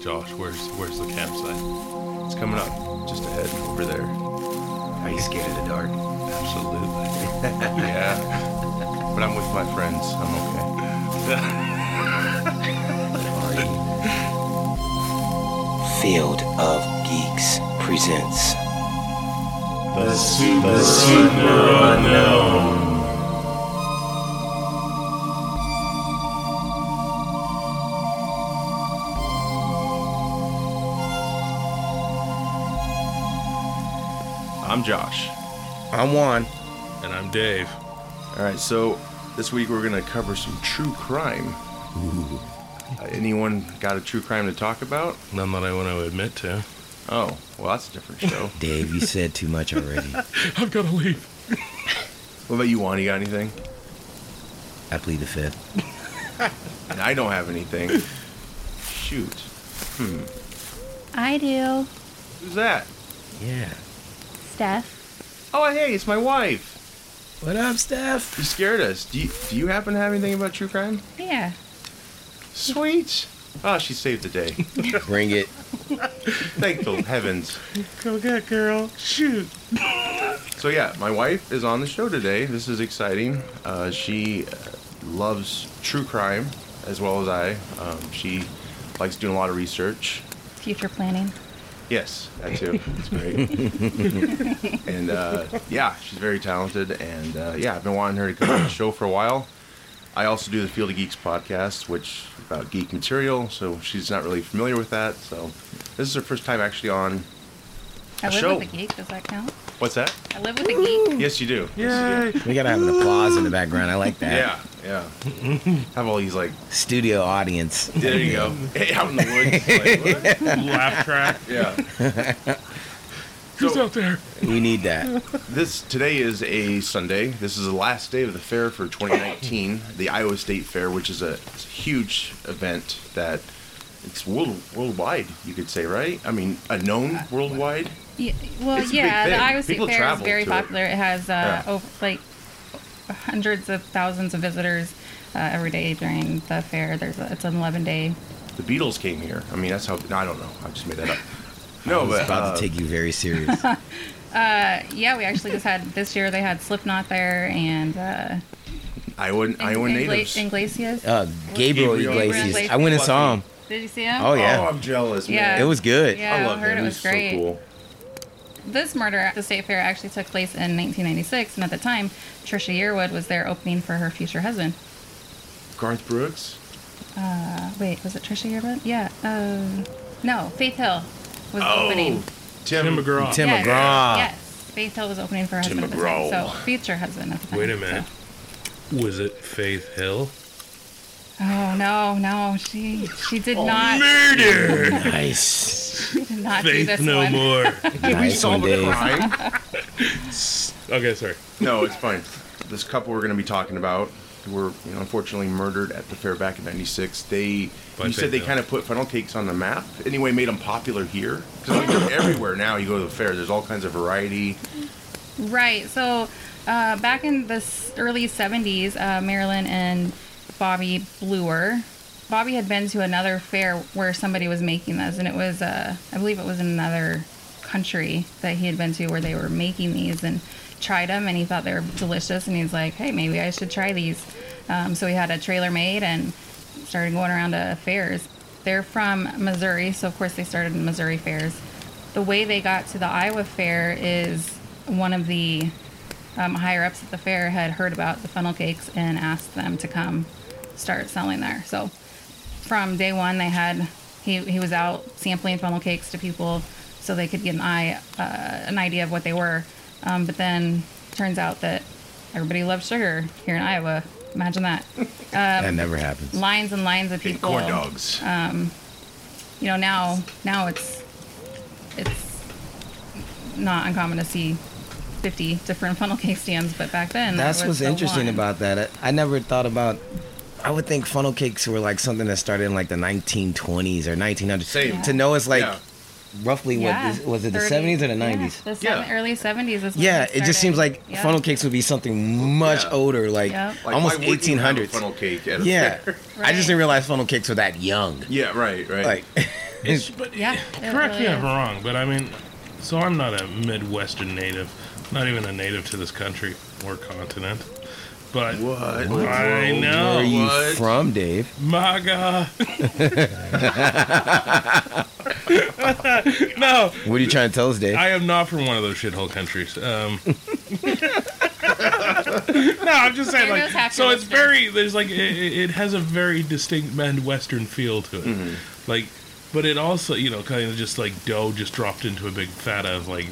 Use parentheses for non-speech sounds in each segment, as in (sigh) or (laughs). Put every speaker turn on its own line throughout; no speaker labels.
Josh, where's where's the campsite? It's coming up, just ahead over there.
Are you scared of the dark?
(laughs)
Absolutely. yeah. But I'm with my friends. I'm okay.
Field of Geeks presents
The Super, Super Unknown.
I'm Josh,
I'm Juan.
and I'm Dave.
All right, so this week we're going to cover some true crime. Uh, anyone got a true crime to talk about?
None that I want to admit to.
Oh, well, that's a different show.
Dave, you said too much (laughs) already.
I've got to leave.
what about you, Juan? You got anything?
I plead the fifth.
I don't have anything. Shoot.
I do.
Who's that?
Yeah.
Steph.
Oh, hey, it's my wife.
What up, Steph?
You scared us. Do you, do you happen to have anything about true crime?
Yeah.
Sweet. Oh, she saved the day.
Bring it.
(laughs)
Thank the heavens.
Go get girl. Shoot.
So yeah, my wife is on the show today. This is exciting. Uh, she uh, loves true crime as well as I. Um, she likes doing a lot of research.
Future planning.
Yes, that too. It's great. and uh, yeah, she's very talented. And uh, yeah, I've been wanting her to come on the show for a while. I also do the Field of Geeks podcast, which is about geek material. So she's not really familiar with that. So this is her first time actually on.
I
A
live
show.
with a geek. Does that count?
What's that?
I live with a geek.
Yes, you do. Yes, you do.
We gotta have an applause in the background. I like that.
Yeah, yeah. (laughs) Have all these like
Studio audience.
There you go. Hey, (laughs) out in the woods. (laughs) Like, what?
Laugh track.
Yeah.
Who's
So
out there?
We need that.
this today is a Sunday. This is the last day of the fair for 2019, the Iowa State Fair, which is a, it's a huge event that it's world worldwide. You could say, right? I mean, a known worldwide.
Yeah, well,
It's a big
yeah, the
thing.
Iowa State
People
Fair is
travel
very
to it.
popular. It, has uh,
Yeah.
over, like hundreds of thousands of visitors uh, every day during the fair. There's a, it's an 11 day.
The Beatles came here. I mean, that's how. I don't know. I just made that up. No,
I was
but
about
uh,
to take you very serious.
Uh, yeah, we actually just had this year. They had Slipknot there and uh,
Iowa, Iowa
Ingla-
natives.
Inglesias.
Uh, Gabriel
Gabriel
Iglesias.
Iglesias.
I went and saw him.
Did you see him?
Oh, yeah.
Oh, I'm jealous.
Yeah.
Man.
It was good.
Yeah, I,
I love
heard
that.
it was
so
great.
cool.
This murder at the state fair actually took place in 1996, and at the time, Trisha Yearwood was there opening for her future husband.
Garth Brooks.
Uh, wait, was it Trisha Yearwood? Yeah. Um, no, Faith Hill was
Oh,
opening.
Tim,
Tim McGraw.
Tim
yes,
McGraw.
Yes, Faith Hill was opening for her
Tim
husband. at the time,
McGraw.
so future husband. At the time,
Wait a minute.
so-
Was it Faith Hill?
Oh no, no, she she did
Oh,
Uh,
not
Murder.
Nice.
she did not do
Faith
this
no
(laughs)
one.
more.
nice one, Dave.
Crime.
okay, sorry.
No, it's fine. This couple we're going to be talking about who were, you know, unfortunately murdered at the fair back in '96. They,
By
you said they
Fayetteville.
kind of put funnel cakes on the map. Anyway, made them popular here because like, they're everywhere now. You go to the fair, there's all kinds of variety.
Right. So uh, back in the s- early 70s, uh, Marilyn and Bobby Bluer. Bobby had been to another fair where somebody was making this, and it was, uh, I believe it was in another country that he had been to where they were making these and tried them, and he thought they were delicious, and he's like, hey, maybe I should try these. Um, so he had a trailer made and started going around to fairs. They're from Missouri, so of course they started in Missouri fairs the way they got to the Iowa Fair is one of the um, higher ups at the fair had heard about the funnel cakes and asked them to come start selling there. So from day one, they had he, he was out sampling funnel cakes to people so they could get an eye uh, an idea of what they were. Um, but then turns out that everybody loves sugar here in Iowa.
(laughs)
Imagine that.
That never happens.
Lines and lines of
And
people Uh,
corn dogs.
you know now now it's it's not uncommon to see 50 different funnel cake stands but back then
That's
it was
what's
the
interesting
one.
about that. I, I never thought about. I would think funnel cakes were like something that started in like the 1920s or 1900s.
Same.
To know it's like
Yeah.
roughly what this, was it the
30
70s or the
yeah,
90s?
the seven,
Yeah.
early 70s is when
Yeah, it
started.
just seems like
Yeah.
funnel cakes would be something much
Yeah.
older, like
Yeah. Like,
Like,
almost
why wouldn't you have a
1800s.
funnel cake. At a (laughs)
Yeah, I
fair?
just
Right.
didn't realize funnel cakes were that young.
(laughs) yeah. Right. Right.
Like,
It's, but
Yeah, it
correct
really
me if
is.
I'm wrong, but I mean, so I'm not a Midwestern native, not even a native to this country or continent. But
What?
I
Where are
know
you
Oh, what?
from, Dave?
MAGA. (laughs) no,
What are you trying to tell us, Dave?
I am not from one of those shithole countries. Um, (laughs) no, I'm just saying,
There goes
like,
half
so
your
it's very there's like it, it has a very distinct Midwestern feel to it,
Mm-hmm.
like, but it also you know kind of just like dough just dropped into a big fat of like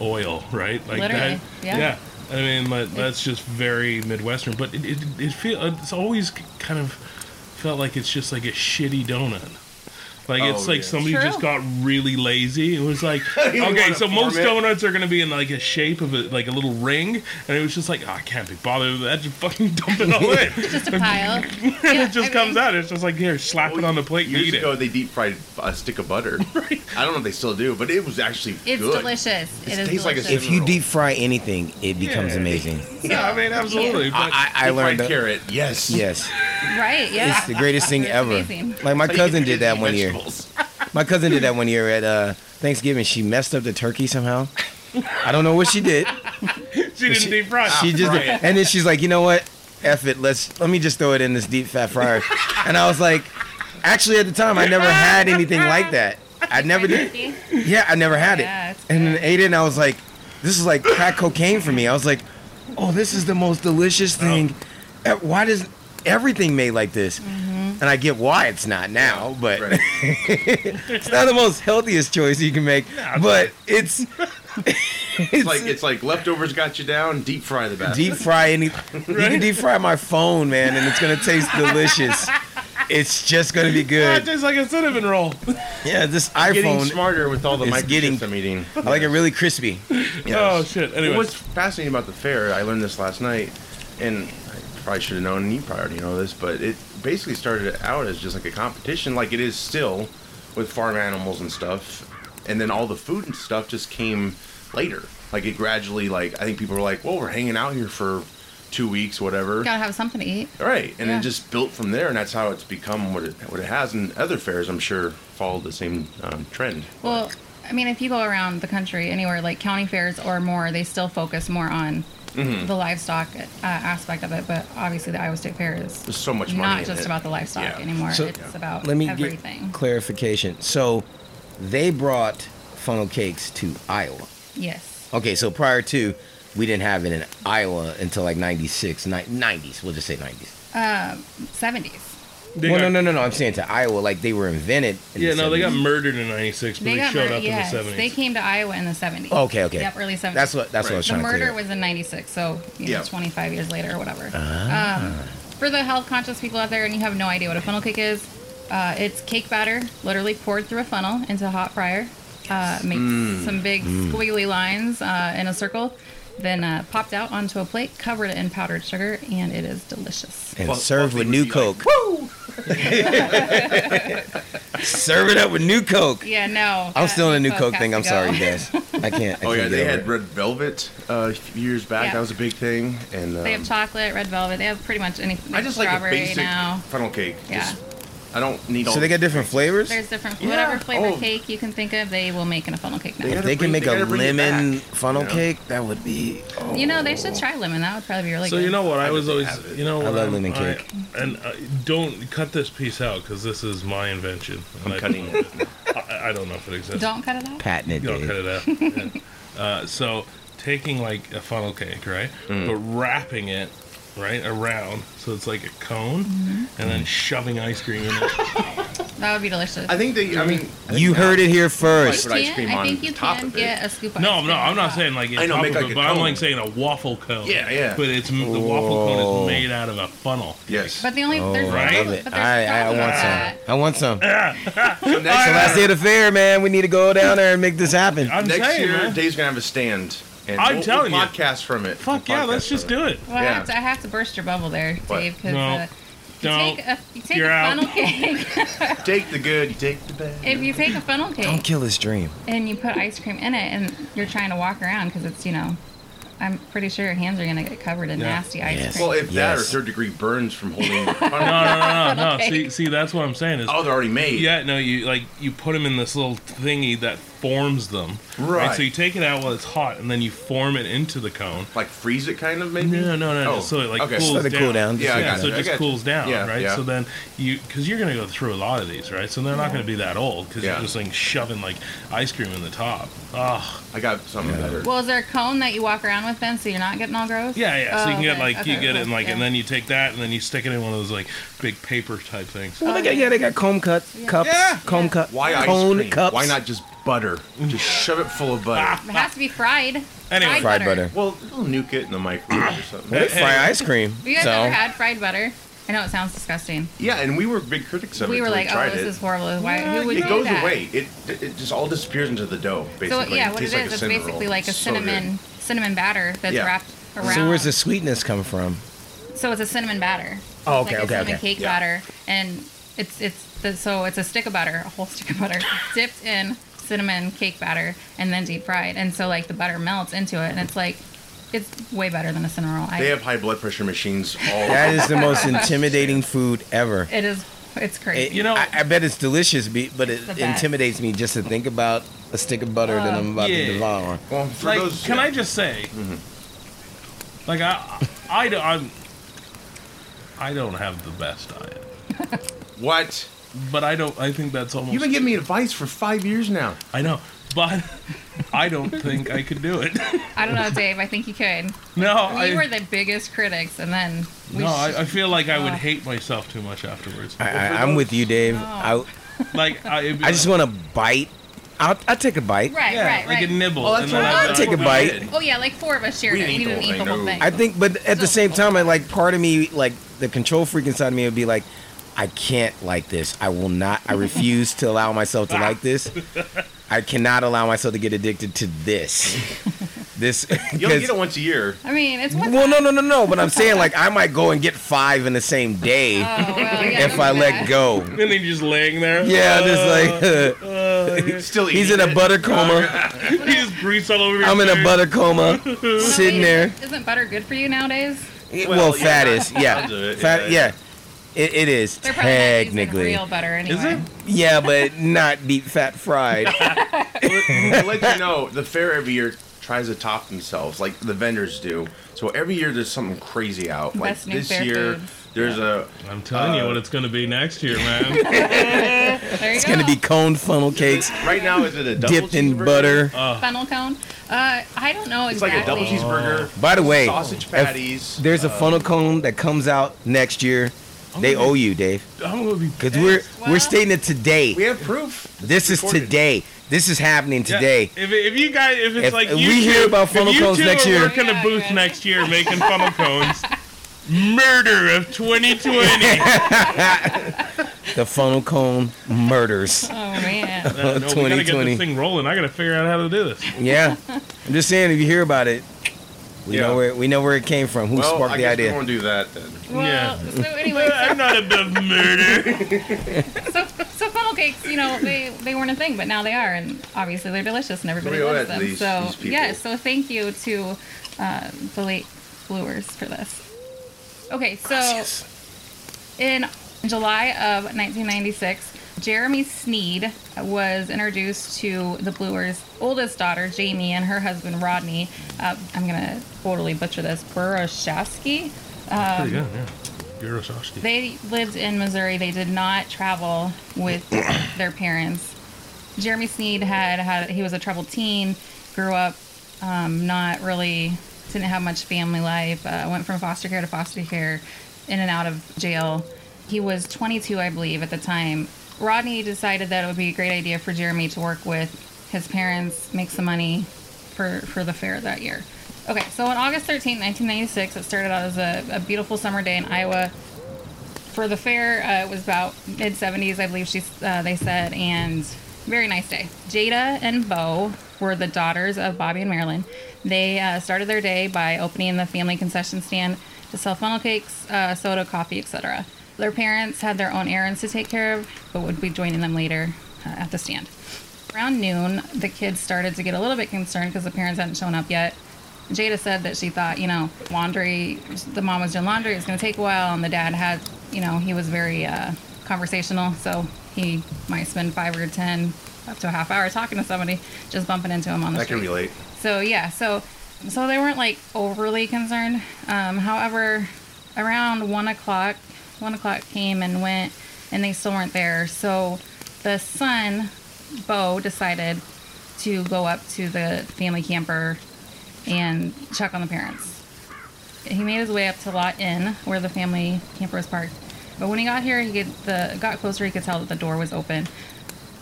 oil, right? Like
Literally, yeah.
I mean, like, that's just very Midwestern, but it it, it feel it's always kind of felt like it's just like a shitty donut. Like it's
Oh,
like
yeah.
somebody
True.
just got really lazy. It was
(laughs)
like,
You
okay,
wanna
so
form
most
it.
donuts are gonna be in like a shape of a, like a little ring, and it was just like, oh, I can't be bothered with that. Just fucking (laughs) dump it all in.
It's just a pile.
And
Yeah,
it just
I
comes
mean,
out. It's just like here, slap it on the plate and
Years
eat it.
ago, they deep fried a stick
(laughs)
of butter. I don't know if they still do, but it was actually
It's
good.
delicious.
It
It is
tastes like a
delicious.
if you deep fry anything, it becomes
Yeah.
amazing.
(laughs) Yeah, I mean, absolutely. But
I, I, I
Deep fried
learned that.
carrot. Yes.
Yes,
right, yeah.
it's the greatest thing
(laughs) It's
ever.
amazing.
Like my
How you
cousin
introduce
did that
new
one year.
vegetables.
My cousin did that one year at uh, Thanksgiving. She messed up the turkey somehow. I don't know what she did.
she didn't deep fry.
She just
fry it.
and then she's like, you know what? F it. Let's let me just throw it in this deep fat fryer. And I was like, actually at the time I never had anything like that. I never did.
Turkey.
Yeah, I never had it.
Yeah, it's
And then
good.
ate it and I was like, this is like crack cocaine for me. I was like, oh, this is the most delicious thing. Eh, Why does everything made like this?
Mm-hmm.
And I get why it's not now, but
Right.
(laughs) it's not the most healthiest choice you can make. but it's (laughs)
It's like it's like leftovers got you down. Deep fry the best.
deep fry any you can deep fry my phone man and it's gonna
(laughs)
taste delicious it's just gonna
Ah,
be
it
good
tastes like a cinnamon roll. (laughs)
yeah this
Getting
iphone
smarter with all the
is
microchips
getting-
I'm eating.
(laughs) i like it really crispy
Oh shit. Anyway,
What's fascinating about the fair, I learned this last night, and I probably should have known, and you probably already know this, but it basically started out as just like a competition, like it is still with farm animals and stuff. And then all the food and stuff just came later. Like it gradually, like, I think people were like, well, we're hanging out here for two weeks, whatever.
Gotta have something to eat.
Right, and
Yeah.
then just built from there, and that's how it's become what it what it has. And other fairs, I'm sure, follow the same um, trend.
Well, I mean, if you go around the country, anywhere like county fairs or more, they still focus more on
Mm-hmm.
the livestock uh, aspect of it. But obviously, the Iowa State Fair is
There's so much money.
not
in
just
it.
about the livestock
Yeah.
anymore.
So,
it's about
let me
everything.
get clarification so they brought funnel cakes to iowa
yes.
okay so prior to we didn't have it in iowa until like 96 ni- 90s we'll just say 90s
70s.
They
well
got-
no no no no i'm saying to iowa like they were invented in
Yeah,
the
no, they got
70s.
murdered in '96, but they,
got
showed
murdered-
up
yes,
in the '70s.
They came to Iowa in the 70s.
okay okay
Yep, early 70s.
that's what that's what i was
the
trying to
murder
clear up.
was in 96 so you know
Yeah.
25 years later or whatever
Ah.
um, for the health conscious people out there and you have no idea what a funnel cake is uh, it's cake batter literally poured through a funnel into a hot fryer uh, makes
Mm.
some big squiggly lines uh, in a circle then uh, popped out onto a plate covered it in powdered sugar and it is delicious
and
Well,
serve
Buffy
with
would
new
be
coke.
like,
(laughs) serve it up with new coke.
yeah no
I'm
that
still in a new
has
coke
to
thing. I'm
go.
sorry, guys. I can't. I
Oh yeah,
can't
they
get
had
over it.
red velvet uh, a few years back.
Yeah.
That was a big thing, and um,
they have chocolate red velvet they have pretty much anything
I just like a
strawberry
basic
now
funnel cake.
Yeah.
Just, I don't need all.
So they got different flavors.
there's different
Yeah.
whatever flavor
Oh.
cake you can think of they will make in a funnel cake now
They
If
gotta
they can
bring-
make
they
a
gotta bring it
lemon
back,
funnel
you know?
cake, that would be. Oh.
You know, they should try lemon. That would probably be really
So
good.
you know what I, was always,
have it.
you know,
I
what
love
I'm-
lemon
I-
cake.
and uh, don't cut this piece out because this is my invention. And (laughs) I-
I'm cutting it.
I, I don't know if it exists.
don't cut it out.
Patented,
You don't
dude.
cut it
(laughs)
out. Yeah. uh, so taking like a funnel cake, right,
Mm.
but wrapping it right around so it's like a cone,
Mm-hmm.
and
Mm.
then shoving ice cream in it.
That would be delicious.
I think they. I mean, I think
You heard it here
Right,
first.
but ice cream
I
on
think you
top
can
of it.
get a scoop. of ice
No,
cream
no,
on
I'm not
top.
saying like it's
I know, make
topical,
like a
but I'm like
cone.
saying a waffle cone.
Yeah, yeah.
But it's m the waffle cone is made out of a funnel.
Yes.
But the only there's
Oh,
Right?
I
no,
love it.
But there's
I, I
no
want
that.
some. I want some. So
So next,
last day of the fair, man. We need to go down there and make this happen.
I'm
next
saying,
year,
man.
Dave's gonna have a stand. And
I'm
we'll,
telling you.
we'll podcast from it.
fuck
We'll
yeah, let's
podcast
just
from
do it.
Well, I, have
Yeah.
to, I have to burst your bubble there,
What?
Dave, because
No.
uh, you
Don't.
take a you take
You're
a
out.
funnel cake. (laughs)
it. Take the good, you take the bad.
if you take a funnel
Don't
cake
kill this dream.
and you put ice cream in it, and you're trying to walk around because it's you know I'm pretty sure your hands are gonna get covered in
Yeah.
nasty ice
Yes.
cream.
Well, if that or
Yes.
third degree burns from
(laughs)
holding the funnel.
No, no, no, no,
(laughs)
no.
Okay.
See, see, that's what I'm saying is.
Oh, they're already made.
Yeah, no, you like you put them in this little thingy that forms them.
Right.
So you take it out while it's hot, and then you form it into the cone.
Like freeze it, kind of maybe.
No, no, no, no.
Oh,
so it like
okay.
cools
Let it
down.
cool down.
Yeah, I
yeah,
got
so
you.
it
I
just
got you.
cools down,
Yeah,
right?
yeah.
So then you, because you're gonna go through a lot of these, right? So they're not gonna be that old because
Yeah.
you're just like shoving like ice cream in the top. Oh,
I got something better.
Well, is there a cone that you walk around with then, so you're not getting all gross?
yeah, yeah. so
Oh,
you can get
okay,
like you
okay,
get it
cool,
in like, and
yeah.
then you take that and then you stick it in one of those like big paper type things.
Well, they got, yeah, they got comb cuts, cups,
Yeah.
comb
Yeah.
cup,
Why ice
cone
cream?
cups. Ah.
Why not just butter? Just shove it full of butter.
It has to be fried.
Anyway.
fried butter?
Well, they'll nuke it in the microwave or something.
Well, they fry ice cream.
Have you guys
so
ever had fried butter? I know it sounds disgusting.
Yeah, and we were big critics of it.
we were
till
like,
tried
oh, this
it.
is horrible. Why?
Yeah,
Who would
it
do
goes
that?
away. It it just all disappears into the dough.
So
Basically,
yeah, what it
tastes
is,
like a
it's
cinnamon
basically
roll.
like a
So good.
cinnamon cinnamon batter that's
Yeah.
wrapped around.
So where's the sweetness come from?
So it's a cinnamon batter.
Oh,
It's
okay,
like a
okay,
cinnamon
okay.
cake
Yeah.
batter, and it's it's the, so it's a stick of butter, a whole (laughs) stick of butter, dipped in cinnamon cake batter, and then deep fried. And so like the butter melts into it, and it's like it's way better than a cinnamon roll. I,
They have high blood pressure machines all.
That is the most intimidating food ever.
it is it's
It-
crazy.
You know-
I, I bet it's delicious, be- but
It's
it
the best.
intimidates me just to think about a stick of butter that I'm about
yeah.
to devour.
well, for
like,
those,
can
yeah. Mm-hmm.
I just say, like, I, I, do- I'm, I don't have the best diet,
What?
but I don't. I think that's almost.
You've been giving me advice for five years now.
I know, but (laughs) I don't think I could do it. (laughs)
I don't know, Dave. I think you could.
No,
We
I,
were the biggest critics, and then we
no, I, I feel like I would
Oh.
hate myself too much afterwards.
I, I, I'm with you, Dave. I,
Like, I, it'd be
I just
like,
want to bite. I'll, I'll take a bite.
right,
yeah,
right,
like
right.
a nibble.
Well, that's
and
what
then
I
I'd be
I'll take
like,
a bite.
Oh yeah, like four of us shared
We
it.
didn't
We
eat the
didn't
whole
eat the
thing,
whole
no.
thing.
I think, but at the same time, I like part of me, like the control freak inside of me, would be like, I can't like this. I will not. I refuse to allow myself to like this. I cannot allow myself to get addicted to this. This.
You only
'cause-
get it once a year.
I mean, it's one.
well, no, no, no, no. But I'm saying, like, I might go and get five in the same day
Oh,
(laughs)
well, yeah,
if
don't
I
do
let
that.
go.
(laughs) And then you're just laying there.
Yeah,
Uh,
just like (laughs)
It's still
he's
eating
in a
it.
butter coma.
you just grease uh, all over your
I'm in a
face.
butter coma,
(laughs) Well,
sitting
wait,
there.
Isn't butter good for you nowadays?
Well,
Well, yeah,
fat is,
tons of
yeah,
it,
fat,
yeah.
yeah. It, it is
They're probably not using
technically.
real butter anyway.
Is it?
Yeah, but not beat fat fried.
(laughs)
to let you know, the fair every year tries to top themselves, like the vendors do. So every year there's something crazy out. Like
Best new
this
fair
year,
foods.
there's a
I'm telling you
Uh,
what it's going to be next year,
(laughs)
man.
There you
It's
go.
gonna be
(laughs)
cone funnel cakes
right now is it a double
dipped in
cheeseburger?
butter.
funnel cone. Uh, I don't know
It's like
exactly.
a double cheeseburger,
By the way,
sausage
if
patties.
there's a funnel cone that comes out next year.
Oh,
They
gonna-
owe you, Dave,
I'm going to be
because we're we're
Well-
stating it
we
today.
have proof.
This is
recorded.
today. This is happening
Yeah,
today.
If, if you guys, if it's
If-
like
if
you
we
two,
hear about funnel
if you
cones
two
next
are
year-
working
Yeah,
a booth
yeah.
next year making funnel cones. Murder
(laughs)
of 2020.
The funnel cone murders.
Oh man.
No, we gotta get
2020.
this thing rolling. I gotta figure out how to do this.
Yeah, I'm just saying. If you hear about it, we
Yeah.
know where we know where it came from. Who
well,
sparked
I
the
guess
idea?
we won't do that then.
Well,
(laughs) Yeah.
so anyway,
I'm not above murder.
(laughs) so, so, so funnel cakes, you know, they, they weren't a thing, but now they are, and obviously they're delicious, and everybody
We owe
loves
it to
them.
these-
so
these people.
yeah, so thank you to uh, the late Brewers for this. Okay, so in July of 1996, Jeremy Sneed was introduced to the Bluers' oldest daughter, Jamie, and her husband, Rodney. Uh, I'm going to totally butcher this. Burashevsky.
Pretty good, yeah. You're a sausage.
They lived in Missouri. They did not travel with their parents. Jeremy Sneed had had he was a troubled teen, grew up um, not really didn't have much family life. Uh, went from foster care to foster care, in and out of jail. He was 22, I believe, at the time. Rodney decided that it would be a great idea for Jeremy to work with his parents, make some money for for the fair that year. Okay, so on August 13, 1996, it started out as a, a beautiful summer day in Iowa for the fair. Uh, it was about mid 70s, I believe she uh, they said, and very nice day. Jada and Bo were the daughters of Bobby and Marilyn. They uh, started their day by opening the family concession stand to sell funnel cakes, uh, soda, coffee, etc. Their parents had their own errands to take care of, but would be joining them later uh, at the stand. Around noon, the kids started to get a little bit concerned because the parents hadn't shown up yet Jada said that she thought, you know, laundry, the mom was doing laundry, it's going to take a while, and the dad had, you know, he was very uh, conversational, so he might spend five or ten, up to a half hour talking to somebody, just bumping into him on the
I
street.
can relate.
So yeah, so so they weren't like overly concerned. Um, however, around one o'clock, one o'clock came and went, and they still weren't there. So the son, Bo, decided to go up to the family camper and check on the parents. He made his way up to Lot Inn, where the family camper was parked. But when he got here, he could, the, got closer. He could tell that the door was open.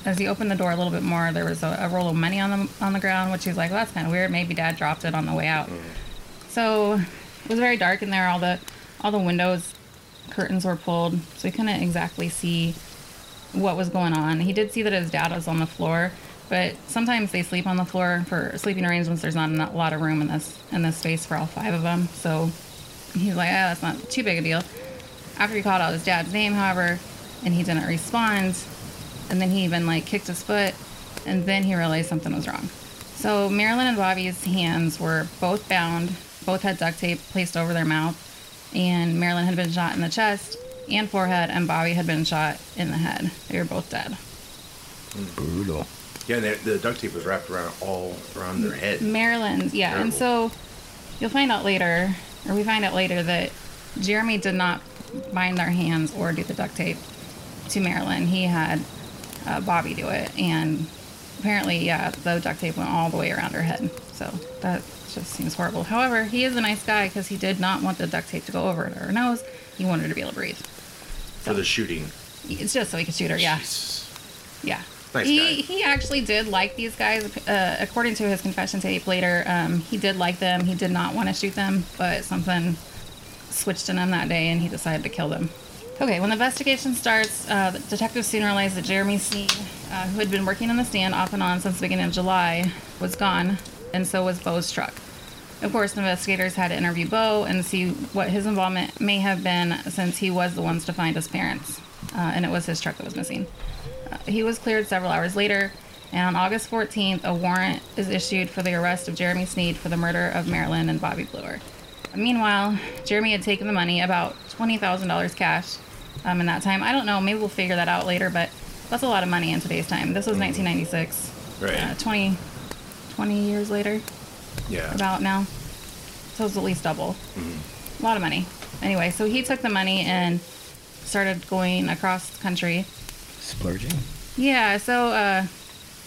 As he opened the door a little bit more, there was a, a roll of money on the on the ground, which he's like, well, "That's kind of weird. Maybe Dad dropped it on the way out." So it was very dark in there. All the all the windows curtains were pulled, so he couldn't exactly see what was going on. He did see that his dad was on the floor, but sometimes they sleep on the floor for sleeping arrangements. There's not a lot of room in this in this space for all five of them, so he's like, "Ah, that's not too big a deal." After he called out his dad's name, however, and he didn't respond, and then he even like kicked his foot and then he realized something was wrong so marilyn and bobby's hands were both bound both had duct tape placed over their mouth and marilyn had been shot in the chest and forehead and bobby had been shot in the head they were both dead
Brutal.
Yeah, and the, the duct tape was wrapped around all around their head.
Maryland, yeah. And so you'll find out later, or we find out later, that Jeremy did not bind their hands or do the duct tape to Marilyn. He had uh, Bobby do it. And apparently, yeah, the duct tape went all the way around her head. So that just seems horrible. However, he is a nice guy because he did not want the duct tape to go over her nose. He wanted her to be able to breathe.
for the shooting.
It's just so he could shoot her, yeah.
Jesus.
Yeah.
Nice
he,
guy.
he actually did like these guys. Uh, according to his confession tape later, um, he did like them. He did not want to shoot them, but something switched in him that day and he decided to kill them. Okay, when the investigation starts, uh, the detectives soon realize that Jeremy Sneed, uh, who had been working on the stand off and on since the beginning of July, was gone, and so was Bo's truck. Of course, the investigators had to interview Bo and see what his involvement may have been since he was the ones to find his parents, uh, and it was his truck that was missing. Uh, he was cleared several hours later, and on August 14th, a warrant is issued for the arrest of Jeremy Sneed for the murder of Marilyn and Bobby Bloor. Meanwhile, Jeremy had taken the money, about $20,000 cash, um, in that time. I don't know, maybe we'll figure that out later, but that's a lot of money in today's time. This was 1996.
Right.
Uh, 20, 20 years later
Yeah.
about now. So it's at least double. A lot of money. Anyway, so he took the money and started going across country.
Splurging.
Yeah, so, uh,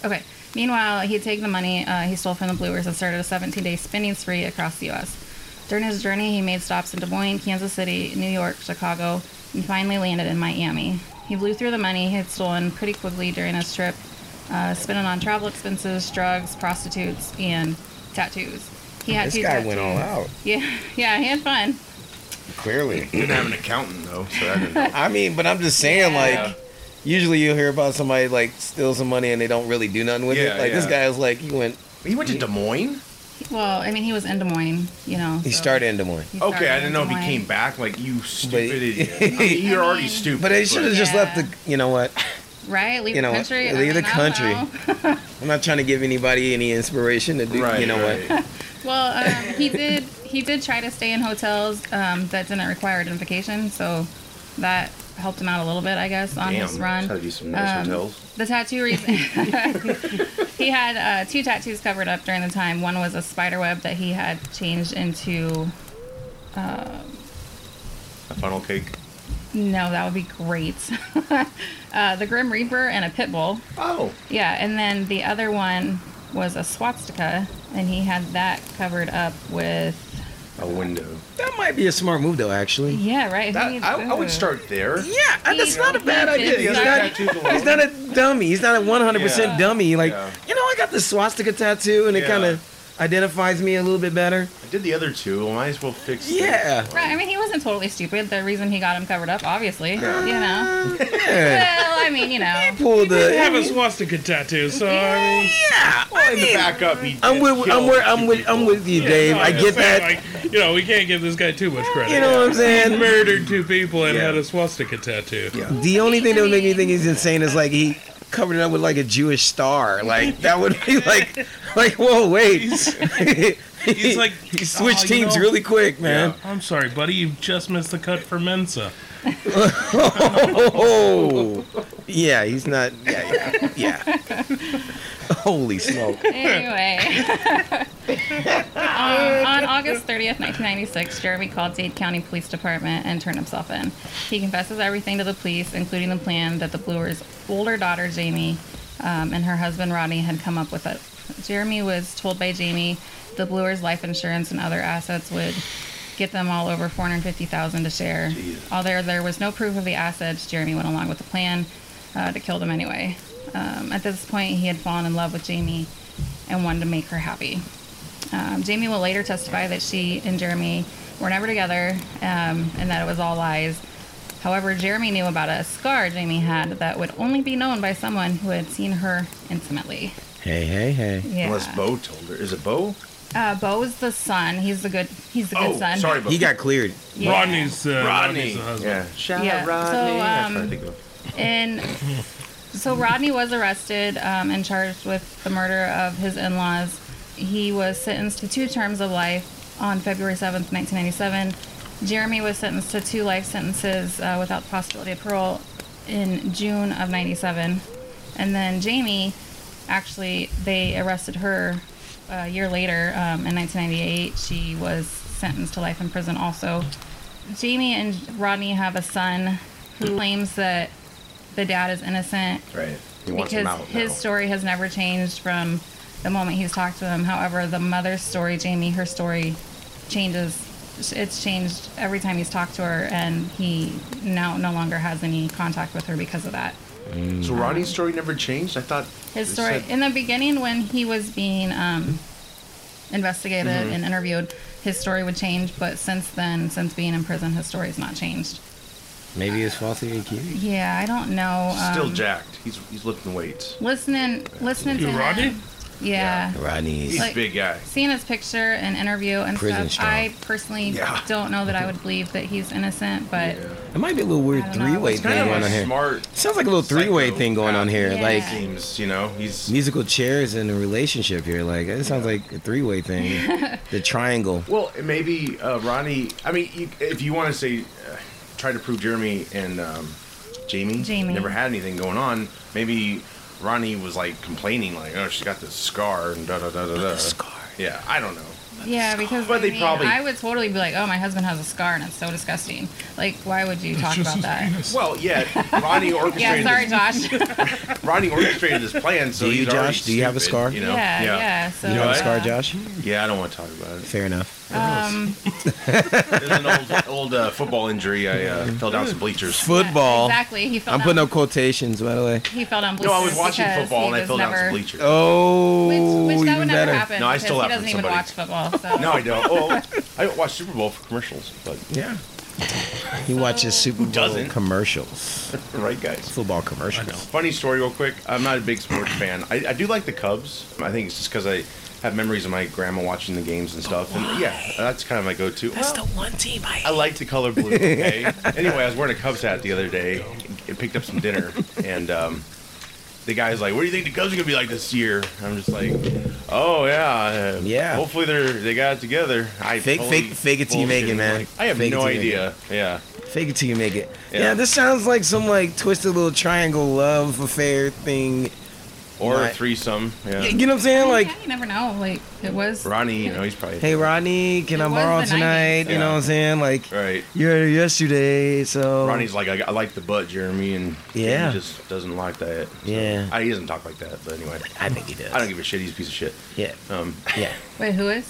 okay. Meanwhile, he had taken the money uh, he stole from the Bluers and started a 17 day spending spree across the U.S. During his journey, he made stops in Des Moines, Kansas City, New York, Chicago, and finally landed in Miami. He blew through the money he had stolen pretty quickly during his trip, uh, spending on travel expenses, drugs, prostitutes, and tattoos. He had
This
two
guy went all
tattoos.
out.
Yeah, (laughs) yeah, he had fun.
Clearly.
Didn't have an accountant though, so I didn't know.
I mean, but I'm just saying,
Yeah.
like, usually you'll hear about somebody like steals some money and they don't really do nothing with
Yeah,
it. Like this
yeah.
guy was like, he went,
He went to Des Moines.
Well, I mean, he was in Des Moines, you know.
he
so
started in Des Moines.
he started
Okay, I
in
didn't know if
Des
he
Moines.
came back. Like you stupid
But-
idiot. I mean, you're already stupid.
But they should have just
Yeah.
left the. You know what?
Right, leave
You know,
the country.
leave the
I don't
country.
know.
I'm not trying to give anybody any inspiration to do.
Right.
you know
right.
what?
Well, um, he did. He did try to stay in hotels um, that didn't require identification, so that helped him out a little bit, I guess, on
Damn.
his run. um,
Try to do some nice hotels.
The tattoo reason (laughs) he had uh, two tattoos covered up during the time. One was a spider web that he had changed into.
A funnel cake.
No, that would be great. (laughs) uh, the Grim Reaper and a pit bull.
Oh.
Yeah, and then the other one was a swastika, and he had that covered up with.
A window.
That might be a smart move, though. Actually.
Yeah, right. who
That,
needs
I, I would
food?
start there.
Yeah, that's
He-
not a bad
he did
idea. He's
that.
not, he's not a dummy. He's not a 100%
Yeah.
dummy. Like,
Yeah.
you know, I got the swastika tattoo, and it
Yeah.
kind of identifies me a little bit better.
I did the other two. I might as well fix. this
Yeah.
one.
Right, I mean, he wasn't totally stupid. The reason he got him covered up, obviously, you know.
Yeah.
Well, I mean, you know.
Pull
I have a
the.
swastika tattoo, so I mean,
Yeah. I
In the
mean,
backup, he
I'm
did
with, I'm
kill
with,
two
I'm with, I'm
people.
with you,
yeah,
Dave.
no,
I
I'm
get
saying,
that.
Like, you know, we can't give this guy too much credit.
you know what I'm
He
saying?
murdered two people and had a swastika tattoo.
Yeah.
The only thing that would make me
mean-
think he's insane is like he covered it up with like a Jewish star. Like that would be like, like whoa, wait.
He's like,
(laughs) (laughs) he switched
"Oh, you
teams
know,
really quick, man.
I'm sorry, buddy. You just missed the cut for Mensa.
Oh, yeah, he's not. Yeah, yeah. Holy smoke!
Anyway, on, on August 30th, 1996, Jeremy called Dade County Police Department and turned himself in. He confesses everything to the police, including the plan that the Bluer's older daughter, Jamie, um, and her husband, Rodney, had come up with it. Jeremy was told by Jamie the Bluer's life insurance and other assets would get them all over 450000 to share. Although there was no proof of the assets, Jeremy went along with the plan uh, to kill them anyway. Um, at this point, he had fallen in love with Jamie and wanted to make her happy. Um, Jamie will later testify that she and Jeremy were never together um, and that it was all lies. However, Jeremy knew about a scar Jamie had that would only be known by someone who had seen her intimately.
Hey, hey, hey!
Yeah.
Unless Bo told her. Is it Bo?
Uh, Bo's the son. He's the good. He's the good
oh,
son.
sorry, Bo.
He got cleared.
Yeah.
Rodney's, uh,
Rodney.
Rodney's the husband.
Yeah. Shout
Yeah. So,
That's what I
um,
think of.
And so Rodney was arrested um, and charged with the murder of his in laws. He was sentenced to two terms of life on February 7th, 1997. Jeremy was sentenced to two life sentences uh, without the possibility of parole in June of 97. And then Jamie, actually, they arrested her uh, a year later um, in 1998. She was sentenced to life in prison also. Jamie and Rodney have a son who claims that the dad is innocent
Right. He wants him
because
out
his
now.
story has never changed from the moment he's talked to him. However, the mother's story, Jamie, her story changes. It's changed every time he's talked to her, and he now no longer has any contact with her because of that.
Mm-hmm.
So Rodney's story never changed. I thought
His
they
story
said-
in the beginning, when he was being um, investigated
Mm-hmm.
and interviewed, his story would change. But since then, since being in prison, his story's not changed.
Maybe it's falsely accused.
Yeah, I don't know.
still
um,
jacked. He's he's lifting weights.
listening, listening
Who,
to him-
Rodney?
Yeah.
He's
Rodney's.
Like-
a big guy.
seeing his picture and interview and
Prison
stuff,
strong.
I personally
Yeah.
don't know that I would believe that he's innocent, but
It might be a little
I
weird
don't know.
three-way
It's
thing
Kind of
going on
a
here.
smart
Sounds like a little three-way
psycho.
thing going on here.
Yeah.
Like
seems, you know, he's
musical chairs and a relationship here. Like it sounds like a three-way thing.
(laughs)
the triangle.
well. Maybe uh, Ronnie. I mean, you, if you want to say, uh, try to prove Jeremy and um, Jamie,
Jamie.
never had anything going on. Maybe Ronnie was like complaining, like, oh, she's got this scar and da da da da da.
scar.
Yeah, I don't know.
yeah, because
But
I,
they
mean,
probably-
I would totally be like, oh, my husband has a scar and it's so disgusting. Like, why would you talk
Just
about
his
(laughs)
that?
penis.
Well, yeah,
(laughs)
Ronnie
Yeah,
orchestrated.
sorry,
this, (laughs)
Josh.
Ronnie orchestrated this plan. So
Do you,
he's already
Josh? Do you have a
stupid,
scar?
You
yeah,
know?
yeah,
yeah.
So,
You have a
uh,
scar, Josh?
Yeah, I don't want to talk about it.
Fair enough.
Um,
There's an old, old uh, football injury. I uh, fell down some bleachers.
Football.
exactly. He fell
I'm
down,
putting up quotations, by the way.
He fell down.
No, I was
bleachers
watching
because
football
he
and I
was
fell down some
never-
bleachers.
Oh,
Which, which that
even
would never
better.
happen.
No, I
because
stole
he
that from
doesn't even
somebody.
watch football. So.
No, I don't. Oh, I don't watch Super Bowl for commercials, but
Yeah. He watches Super Bowl
doesn't?
commercials,
right, guys.
football commercials.
Funny story, real quick. I'm not a big sports fan. I, I do like the Cubs. I think it's just because I have memories of my grandma watching the games and stuff. And yeah, that's kind of my go-to. That's the one team I. I like the color (laughs) blue. Okay. anyway, I was wearing a Cubs hat the other day and picked up some dinner, and um, the guy's like, "What do you think the Cubs are gonna be like this year?" I'm just like, "Oh yeah, uh,
Yeah.
Hopefully they're they got it together." I
Fake-
totally
fake- fake it till you make it,
bullshitting,
man.
like, I have
Fake it
no
till you make
idea. Yeah.
Fake it till you make it. Yeah.
Yeah.
this sounds like some like twisted little triangle love affair thing.
Or a
Right.
threesome. Yeah.
You know what I'm saying? Like,
yeah, you never know. Like, it was.
Ronnie, you know, he's probably
hey Rodney, can
It
I
was
borrow
the
tonight?
90s.
You know what I'm saying? Like,
right.
you're here yesterday, so
Ronnie's like, I, I like the butt, Jeremy, and
Yeah.
he just doesn't like that. So,
Yeah.
I, he doesn't talk like that, but anyway,
I think he does.
I don't give a shit. He's a piece of shit.
yeah,
Um,
yeah.
Wait, who is?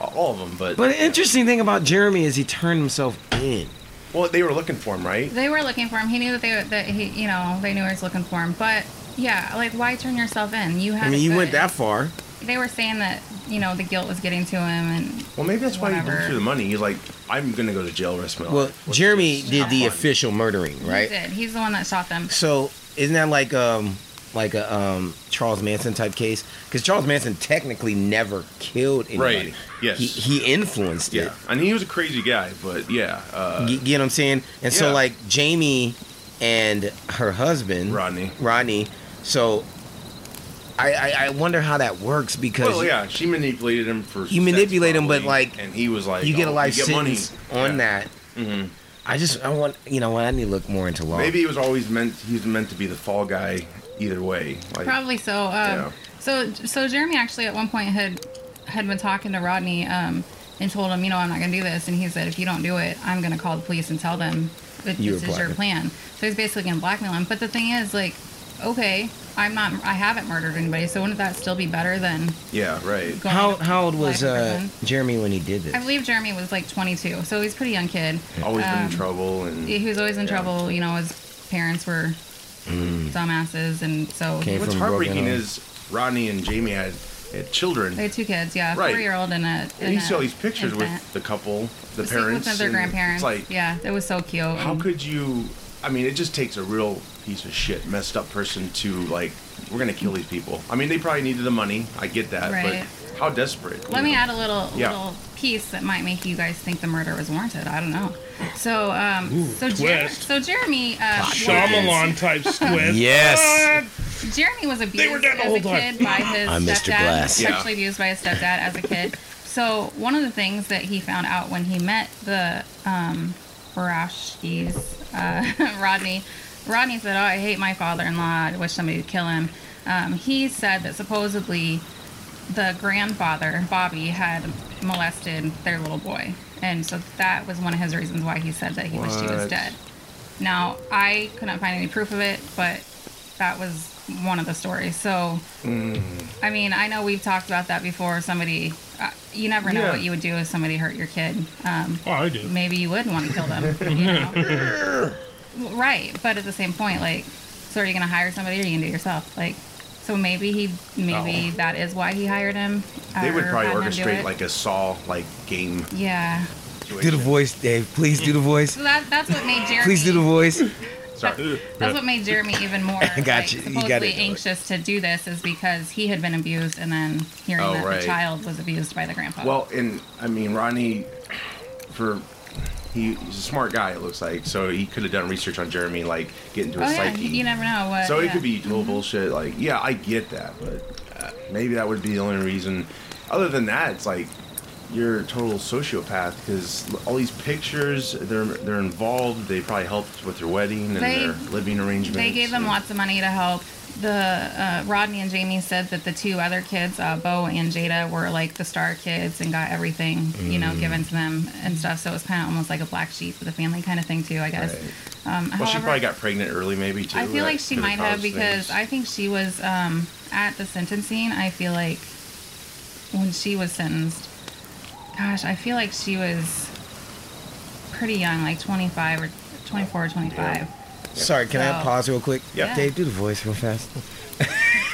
all of them, but
But the interesting thing about Jeremy is he turned himself in.
Well, they were looking for him, right?
They were looking for him. He knew that they that he you know they knew he was looking for him. But yeah, like why turn yourself in? You had.
I mean,
it
you
good.
went that far.
They were saying that you know the guilt was getting to him, and
Well, maybe that's why he
Whatever.
blew through the money. He's like, I'm gonna go to jail the rest of my
Well,
life. Let's
Jeremy
just
did
have
the
fun.
official murdering,
he
right?
did. He's the one that shot them.
So isn't that like um like a um Charles Manson type case? Because Charles Manson technically never killed anybody.
Right. Yes.
He, he influenced
Yeah, I mean, he was a crazy guy, but yeah,
it.
uh,
You, you know what I'm saying? And so
Yeah.
like Jamie and her husband
Rodney.
Rodney. So I, I, I wonder how that works because
Well, yeah, she manipulated him for.
You
sex,
manipulate him, but,
probably,
like,
and he was like,
you get a
"Oh,
life
get money."
sentence on
Yeah. Mm-hmm.
that. I just I want you know what I need to look more into law.
Maybe it was always meant. He was meant to be the fall guy, either way. Like,
Probably so. Um,
Yeah.
So so Jeremy actually at one point had had been talking to Rodney um, and told him, you know, I'm not going to do this, and he said, if you don't do it, I'm going to call the police and tell them that
You
this
were
is your
blackmail-
plan. So he's basically going to blackmail him. But the thing is, like, okay, I'm not, I haven't murdered anybody, so wouldn't that still be better than
Yeah, right.
going?
how
to
how old was
life in
uh,
prison?
Jeremy when he did this?
I believe Jeremy was like 22, so he's a pretty young kid.
Always been
Um,
in trouble, and
He was always in
Yeah.
trouble, you know. His parents were dumbasses, and so
Came
what's
from
heartbreaking
broken home.
is Rodney and Jamie had had
they
children,
had two kids, yeah, a
Right.
four-year-old and a. And,
and you
a
see all these pictures
infant.
with the couple, the
With-
parents,
with their
and
grandparents.
It's like,
yeah, it was so cute.
how
And
could you? I mean, it just takes a real piece of shit, messed up person to like, we're gonna kill these people. I mean, they probably needed the money. I get that,
Right.
but how desperate?
Let
you
me
know?
add a little
Yeah.
little piece that might make you guys think the murder was warranted. I don't know. So, um,
Ooh,
so, Jer-
twist.
so Jeremy, uh, was,
Shyamalan type squid.
Yes.
Jeremy was abused
were dead the
as
whole
a
time.
kid by his
I'm Mr.
stepdad.
Glass.
Yeah.
Sexually abused by his stepdad as a kid. So one of the things that he found out when he met the um, Barashkis, uh, (laughs) Rodney. Rodney said, "Oh, I hate my father-in-law. I wish somebody would kill him." Um, he said that supposedly the grandfather Bobby had molested their little boy, and so that was one of his reasons why he said that he wished he was
What?
dead. Now I could not find any proof of it, but that was one of the stories. So,
Mm.
I mean, I know we've talked about that before. Somebody, uh, you never know
Yeah.
what you would do if somebody hurt your kid. Um,
Oh, I do.
maybe you would want to kill them. You know?
(laughs)
Well, right, but at the same point, like, so are you gonna hire somebody or are you gonna do it yourself? Like, so maybe he, maybe that is why he hired him.
They would
or
probably
had him do
orchestrate
it.
like a Saw like game.
Yeah.
Do
Situation.
the voice, Dave. Please do the voice.
So that that's what made Jeremy.
Please do the voice.
Sorry.
That's what made Jeremy
(laughs)
even more
got
like,
you. You
supposedly
got it.
anxious to do this is because he had been abused and then hearing
Oh,
that
right.
the child was abused by the grandpa.
Well, and I mean, Rodney, for he, he's a smart guy. It looks like so he could have done research on Jeremy, like get into
oh
his
yeah,
psyche.
you never know what.
so it
yeah.
could be total bullshit. Like, yeah, I get that, but uh, maybe that would be the only reason. Other than that, it's like you're a total sociopath because all these pictures, they're they're involved. They probably helped with their wedding and
They-
their living arrangements.
They gave them
and-
lots of money to help. The uh, Rodney and Jamie said that the two other kids, uh, Bo and Jada, were like the star kids and got everything you
Mm.
know given to them and stuff. So it was kind of almost like a black sheep for the family kind of thing too, I guess.
Right.
Um,
Well, she
however-
probably got pregnant early, maybe too.
I feel
that
like she
could've
might have
caused
because
things.
I think she was um, at the sentencing. I feel like when she was sentenced, gosh, I feel like she was pretty young, like 25 or 24 or 25.
Sorry, can I
So-
pause real quick?
Yeah.
Dave, do the voice real fast.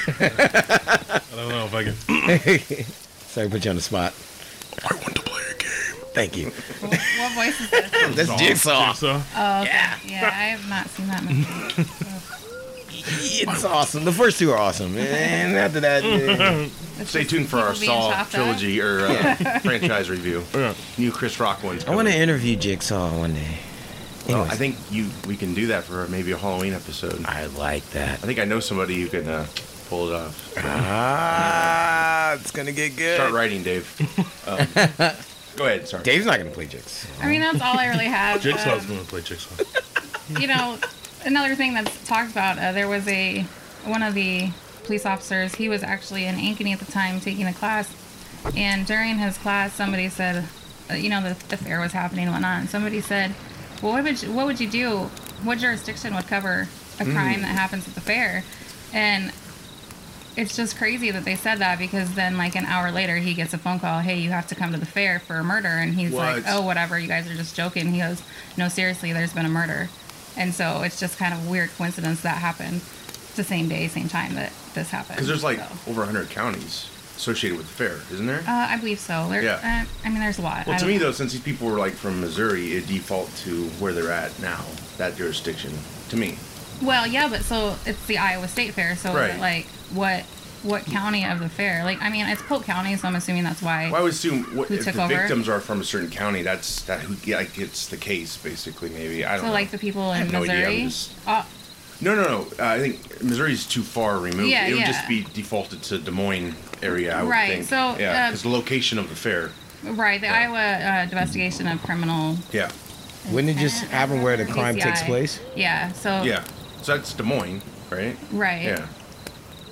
I don't know if I can.
Sorry, to put you on the spot.
I want to play a game.
Thank you.
what, what voice is
(clears throat)
this?
That's Jigsaw.
So,
Oh, okay. yeah. I have not seen that
(laughs)
movie.
It's awesome. The first two are awesome, and after that, eh,
It's
Stay
just
tuned for our
people being
Saw
chopped up.
trilogy or uh, franchise review.
yeah.
New Chris Rock ones.
I want to
coming.
interview Jigsaw one day.
Well,
Anyways.
I think you we can do that for maybe a Halloween episode. I
I like that.
think I know somebody who can uh, pull it
(laughs)
off.
Ah, it's gonna get good.
Start writing, Dave. Um,
(laughs)
go ahead. Sorry.
Dave's not gonna play Jigsaw.
I mean, that's all
(laughs)
I really have.
Jigsaw's
Um,
going to play Jigsaw.
you know, another thing that's talked about, uh, there was a one of the police officers. He was actually in Ankeny at the time taking a class, and during his class, somebody said, uh, you know, the, the fair was happening and whatnot. And somebody said, "Well, what would you, what would you do? What jurisdiction would cover a
Mm.
crime that happens at the fair?" And it's just crazy that they said that because then, like an hour later, he gets a phone call. Hey, you have to come to the fair for a murder, and he's like,
What?
"Oh, whatever. You guys are just joking." He goes, "No, seriously. There's been a murder." And so it's just kind of weird coincidence that happened the same day, same time that this happened.
Because there's like
So,
over 100 counties associated with the fair, isn't there?
uh, I believe so. There,
Yeah.
uh, I mean, there's a lot. I
well, to
don't
me
know.
though, since these people were like from Missouri, it default to where they're at now. That jurisdiction, to me.
Well, yeah, but so it's the Iowa State Fair, so
Right.
like what what county of the fair? Like, I mean, it's Polk County, so I'm assuming that's why.
Well, I would assume what,
Who
if
took
the
over?
victims are from a certain county, that's that who yeah, like, gets the case basically. Maybe I don't
so
know.
like the people
I
in
have no idea, I'm
Missouri,
just-
uh,
No, no, no. Uh, I think Missouri's too far removed.
Yeah,
it would
yeah.
just be defaulted to Des Moines area, I would
Right,
think.
so,
yeah,
uh,
because the location of the fair.
Right, the Iowa uh, Investigation of Criminal. uh,
Yeah,
Wouldn't it just happen where the crime takes
DCI.
place?
Yeah. So.
yeah. So that's Des Moines, right?
Oh. Right.
Yeah.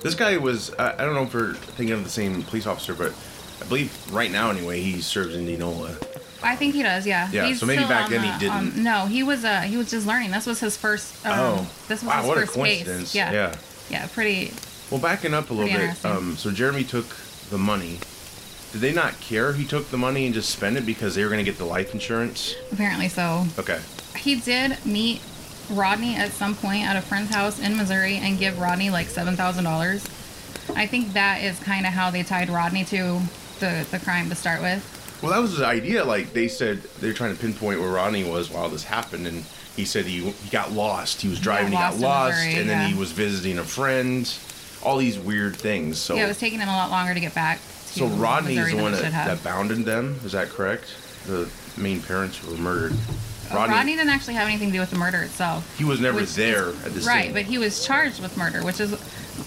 This guy was, I I don't know if we're thinking of the same police officer, but I believe right now, anyway, he serves in Enola.
I think he does. Yeah.
Yeah, so maybe
still
back
on
then he
the- on-
didn't.
no, he was. Uh, he was just learning. This was his first. Um,
oh.
This was
wow,
his
what
first
a coincidence.
base. Yeah.
yeah.
Yeah, Pretty.
Well, backing up a little
Pretty
bit.
interesting.
Um, so Jeremy took the money. Did they not care he took the money and just spent it because they were going to get the life insurance?
Apparently so.
Okay.
He did meet Rodney at some point at a friend's house in Missouri and give Rodney like seven thousand dollars. I think that is kind of how they tied Rodney to the the crime to start with.
Well, that was the idea. Like they said, they're trying to pinpoint where Rodney was while this happened, and he said he he got lost. He was driving, he got
lost in
lost,
Missouri,
and then
yeah.
he was visiting a friend. All these weird things. So
Yeah, it was taking him a lot longer to get back. To
so Rodney's
Missouri
the
than
one
it
that,
should
that
have.
bounded them. Is that correct? The main parents were murdered.
Oh, Rodney, didn't actually have anything to do with the murder itself.
He was never
Which is-
there at the
Right,
scene.
but he was charged with murder, which is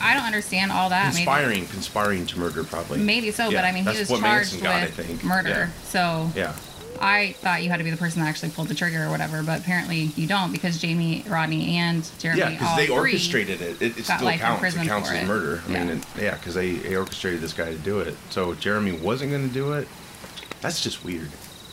I don't understand all that. Maybe-
conspiring, conspiring to murder, probably.
Maybe, so,
Yeah,
but I mean,
that's
he was
what Manson
charged
got, I
with
think.
murder. So
Yeah.
I thought you had to be the person that actually pulled the trigger or whatever, but apparently you don't because Jamie, Rodney, and Jeremy
Yeah, because
all
they
three-
orchestrated it. It, it
got
still
life in
counts. It
prison
counts
for
as
it.
murder. I
Yeah.
mean, it, yeah, because they, they orchestrated this guy to do it. So Jeremy wasn't going to do it. That's just weird.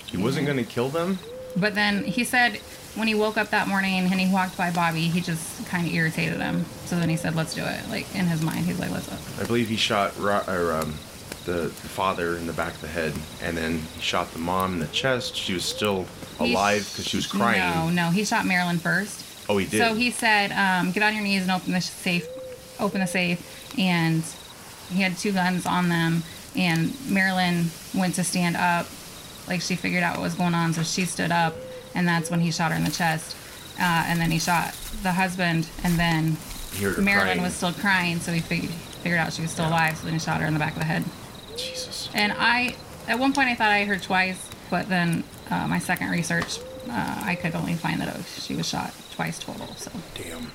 He wasn't
Mm-hmm.
going to kill them.
But then he said when he woke up that morning and he walked by Bobby, he just kind of irritated him. So then he said, "Let's do it." Like in his mind, he's like, "Let's."
I believe he shot Ro- or, um, the, the father in the back of the head, and then he shot the mom in the chest. She was still
He-
alive because she was crying.
No, no, he shot Marilyn first.
Oh, he did.
So he said, um, "Get on your knees and open the safe, open the safe." And he had two guns on them. And Marilyn went to stand up, like she figured out what was going on, so she stood up, and that's when he shot her in the chest. Uh, and then he shot the husband, and then
He heard her
Marilyn
crying.
was still crying, so he figured figured out she was still alive. So then he shot her in the back of the head.
Jesus.
And I, at one point, I thought I heard twice, but then uh, my second research, uh, I could only find that it was, she was shot twice total. So
Damn.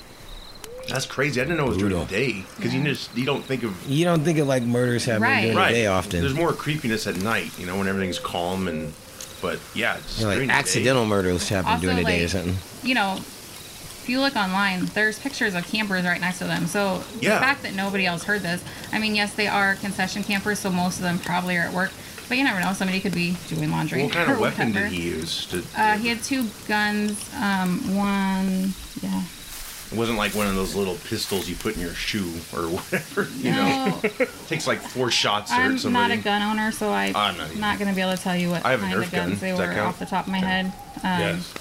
That's crazy. I didn't know it was during the
Brutal.
day because you just you don't think of
You don't think of like murders happening
Right.
during
right.
the day often.
There's more creepiness at night, you know, when everything's calm and. But yeah, it's
You know,
during
like
the day.
accidental murders happen
also,
during the
like
day or something.
you know, if you look online, there's pictures of campers right next to them. So
Yeah.
the fact that nobody else heard this, I mean, yes, they are concession campers, so most of them probably are at work. But you never know; somebody could be doing laundry.
What kind of
(laughs) or
weapon did
whatever.
he use? To,
Uh, he had two guns. Um, one, yeah.
it wasn't like one of those little pistols you put in your shoe or (laughs) whatever. You know, (laughs)
no,
it takes like four shots to
I'm
hurt somebody.
not a gun owner, so I,
I'm not
I'm not,
either.
going to be able to tell you what
I have a
kind
Nerf
of
gun.
guns they
Does that
were
count?
off the top of my head. Um,
yes.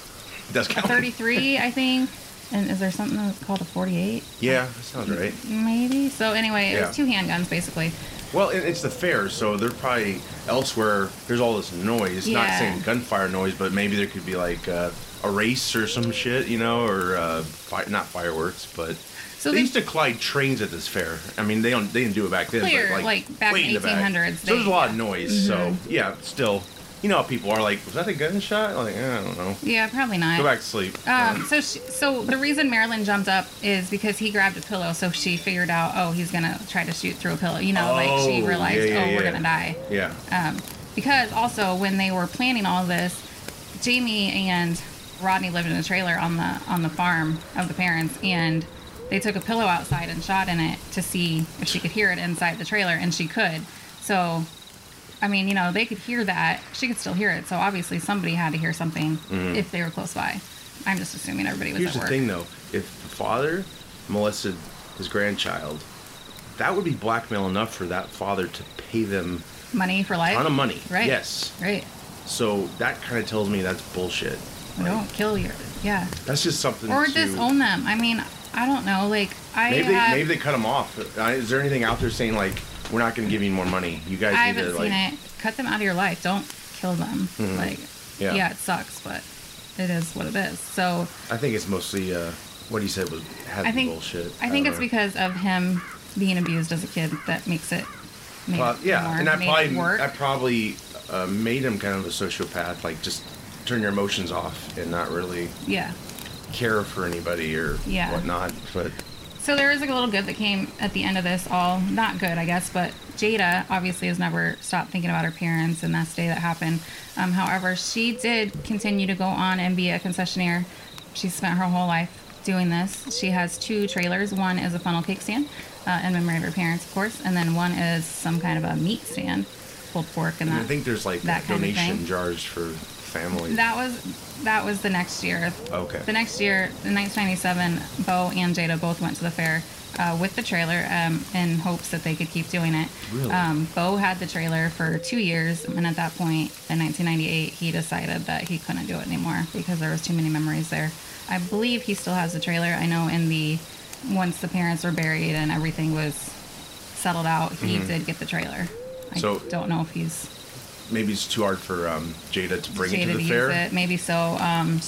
It does
A
count.
33, I think. And is there something that's called a 48?
(laughs) Yeah, that sounds right.
Maybe. So anyway, it
Yeah.
was two handguns basically.
Well, it, it's the fair, so they're probably elsewhere. There's all this noise. Not
Yeah.
saying gunfire noise, but maybe there could be like uh, a race or some shit, you know, or uh, fi- not fireworks, but.
So
they
they-
used to collide trains at this fair. I mean, they don't they didn't do it back then,
Clear,
but like,
like, back
way
in
the back.
1800s,
So there's a
they- Mm-hmm.
lot of noise. So yeah, still, you know, how people are like, was that a gunshot? Like, I don't know.
Yeah, probably not.
Go back to sleep.
Um, so she, so the reason Marilyn jumped up is because he grabbed a pillow, so she figured out, oh, he's gonna try to shoot through a pillow. You know, like she
Oh,
realized,
yeah, yeah,
oh, we're
yeah.
gonna die.
yeah.
because also when they were planning all this, Jamie and Rodney lived in a trailer on the on the farm of the parents, and they took a pillow outside and shot in it to see if she could hear it inside the trailer, and she could. So, I mean, you know, they could hear that. She could still hear it. So obviously somebody had to hear something if they were close by. I'm just assuming everybody
Mm-hmm.
was
Here's the
at work.
thing, though. If the father molested his grandchild, that would be blackmail enough for that father to pay them
Money for
a
life.
ton of money.
Right.
Yes.
Right.
So that kind of tells me that's bullshit. Like,
Don't kill your. Yeah.
That's just something.
Or
to-
disown them. I mean, I don't know. Like I
Maybe they,
have-
maybe they cut him off. Uh, Is there anything out there saying like we're not going to give you more money? You guys
I
need
haven't
to
seen
like. Mm-hmm.
it. Cut them out of your life. Don't kill them. Like,
Yeah.
yeah. it sucks, but it is what it is. So
I think it's mostly uh, what he said was had
I
to be
think
bullshit.
I think
don't
it's
know.
because of him being abused as a kid that makes it. Made
Well,
it
yeah,
more,
and that
made
probably
it work.
that probably uh, made him kind of a sociopath. Like just turn your emotions off and not really
yeah,
care for anybody or
Yeah.
whatnot. But
So there is like a little good that came at the end of this. All not good, I guess, but Jada obviously has never stopped thinking about her parents, and that's the day that happened. Um, however, she did continue to go on and be a concessionaire. She spent her whole life doing this. She has two trailers. One is a funnel cake stand, uh, in memory of her parents, of course, and then one is some kind of a meat stand, pulled pork, and
I
that.
think there's like
That kind of
donation
thing.
jars for family.
That was that was the next year.
Okay.
The next year, in 1997, Bo and Jada both went to the fair uh, with the trailer um, in hopes that they could keep doing it.
Really?
Um, Bo had the trailer for two years, and at that point, in 1998, he decided that he couldn't do it anymore because there was too many memories there. I believe he still has the trailer. I know in the once the parents were buried and everything was settled out, he did get the trailer. I
Mm-hmm. So-
don't know if he's
Maybe it's too hard for um, Jada to bring it
Jada
to
to
the
use
fair.
it. Maybe so. Um,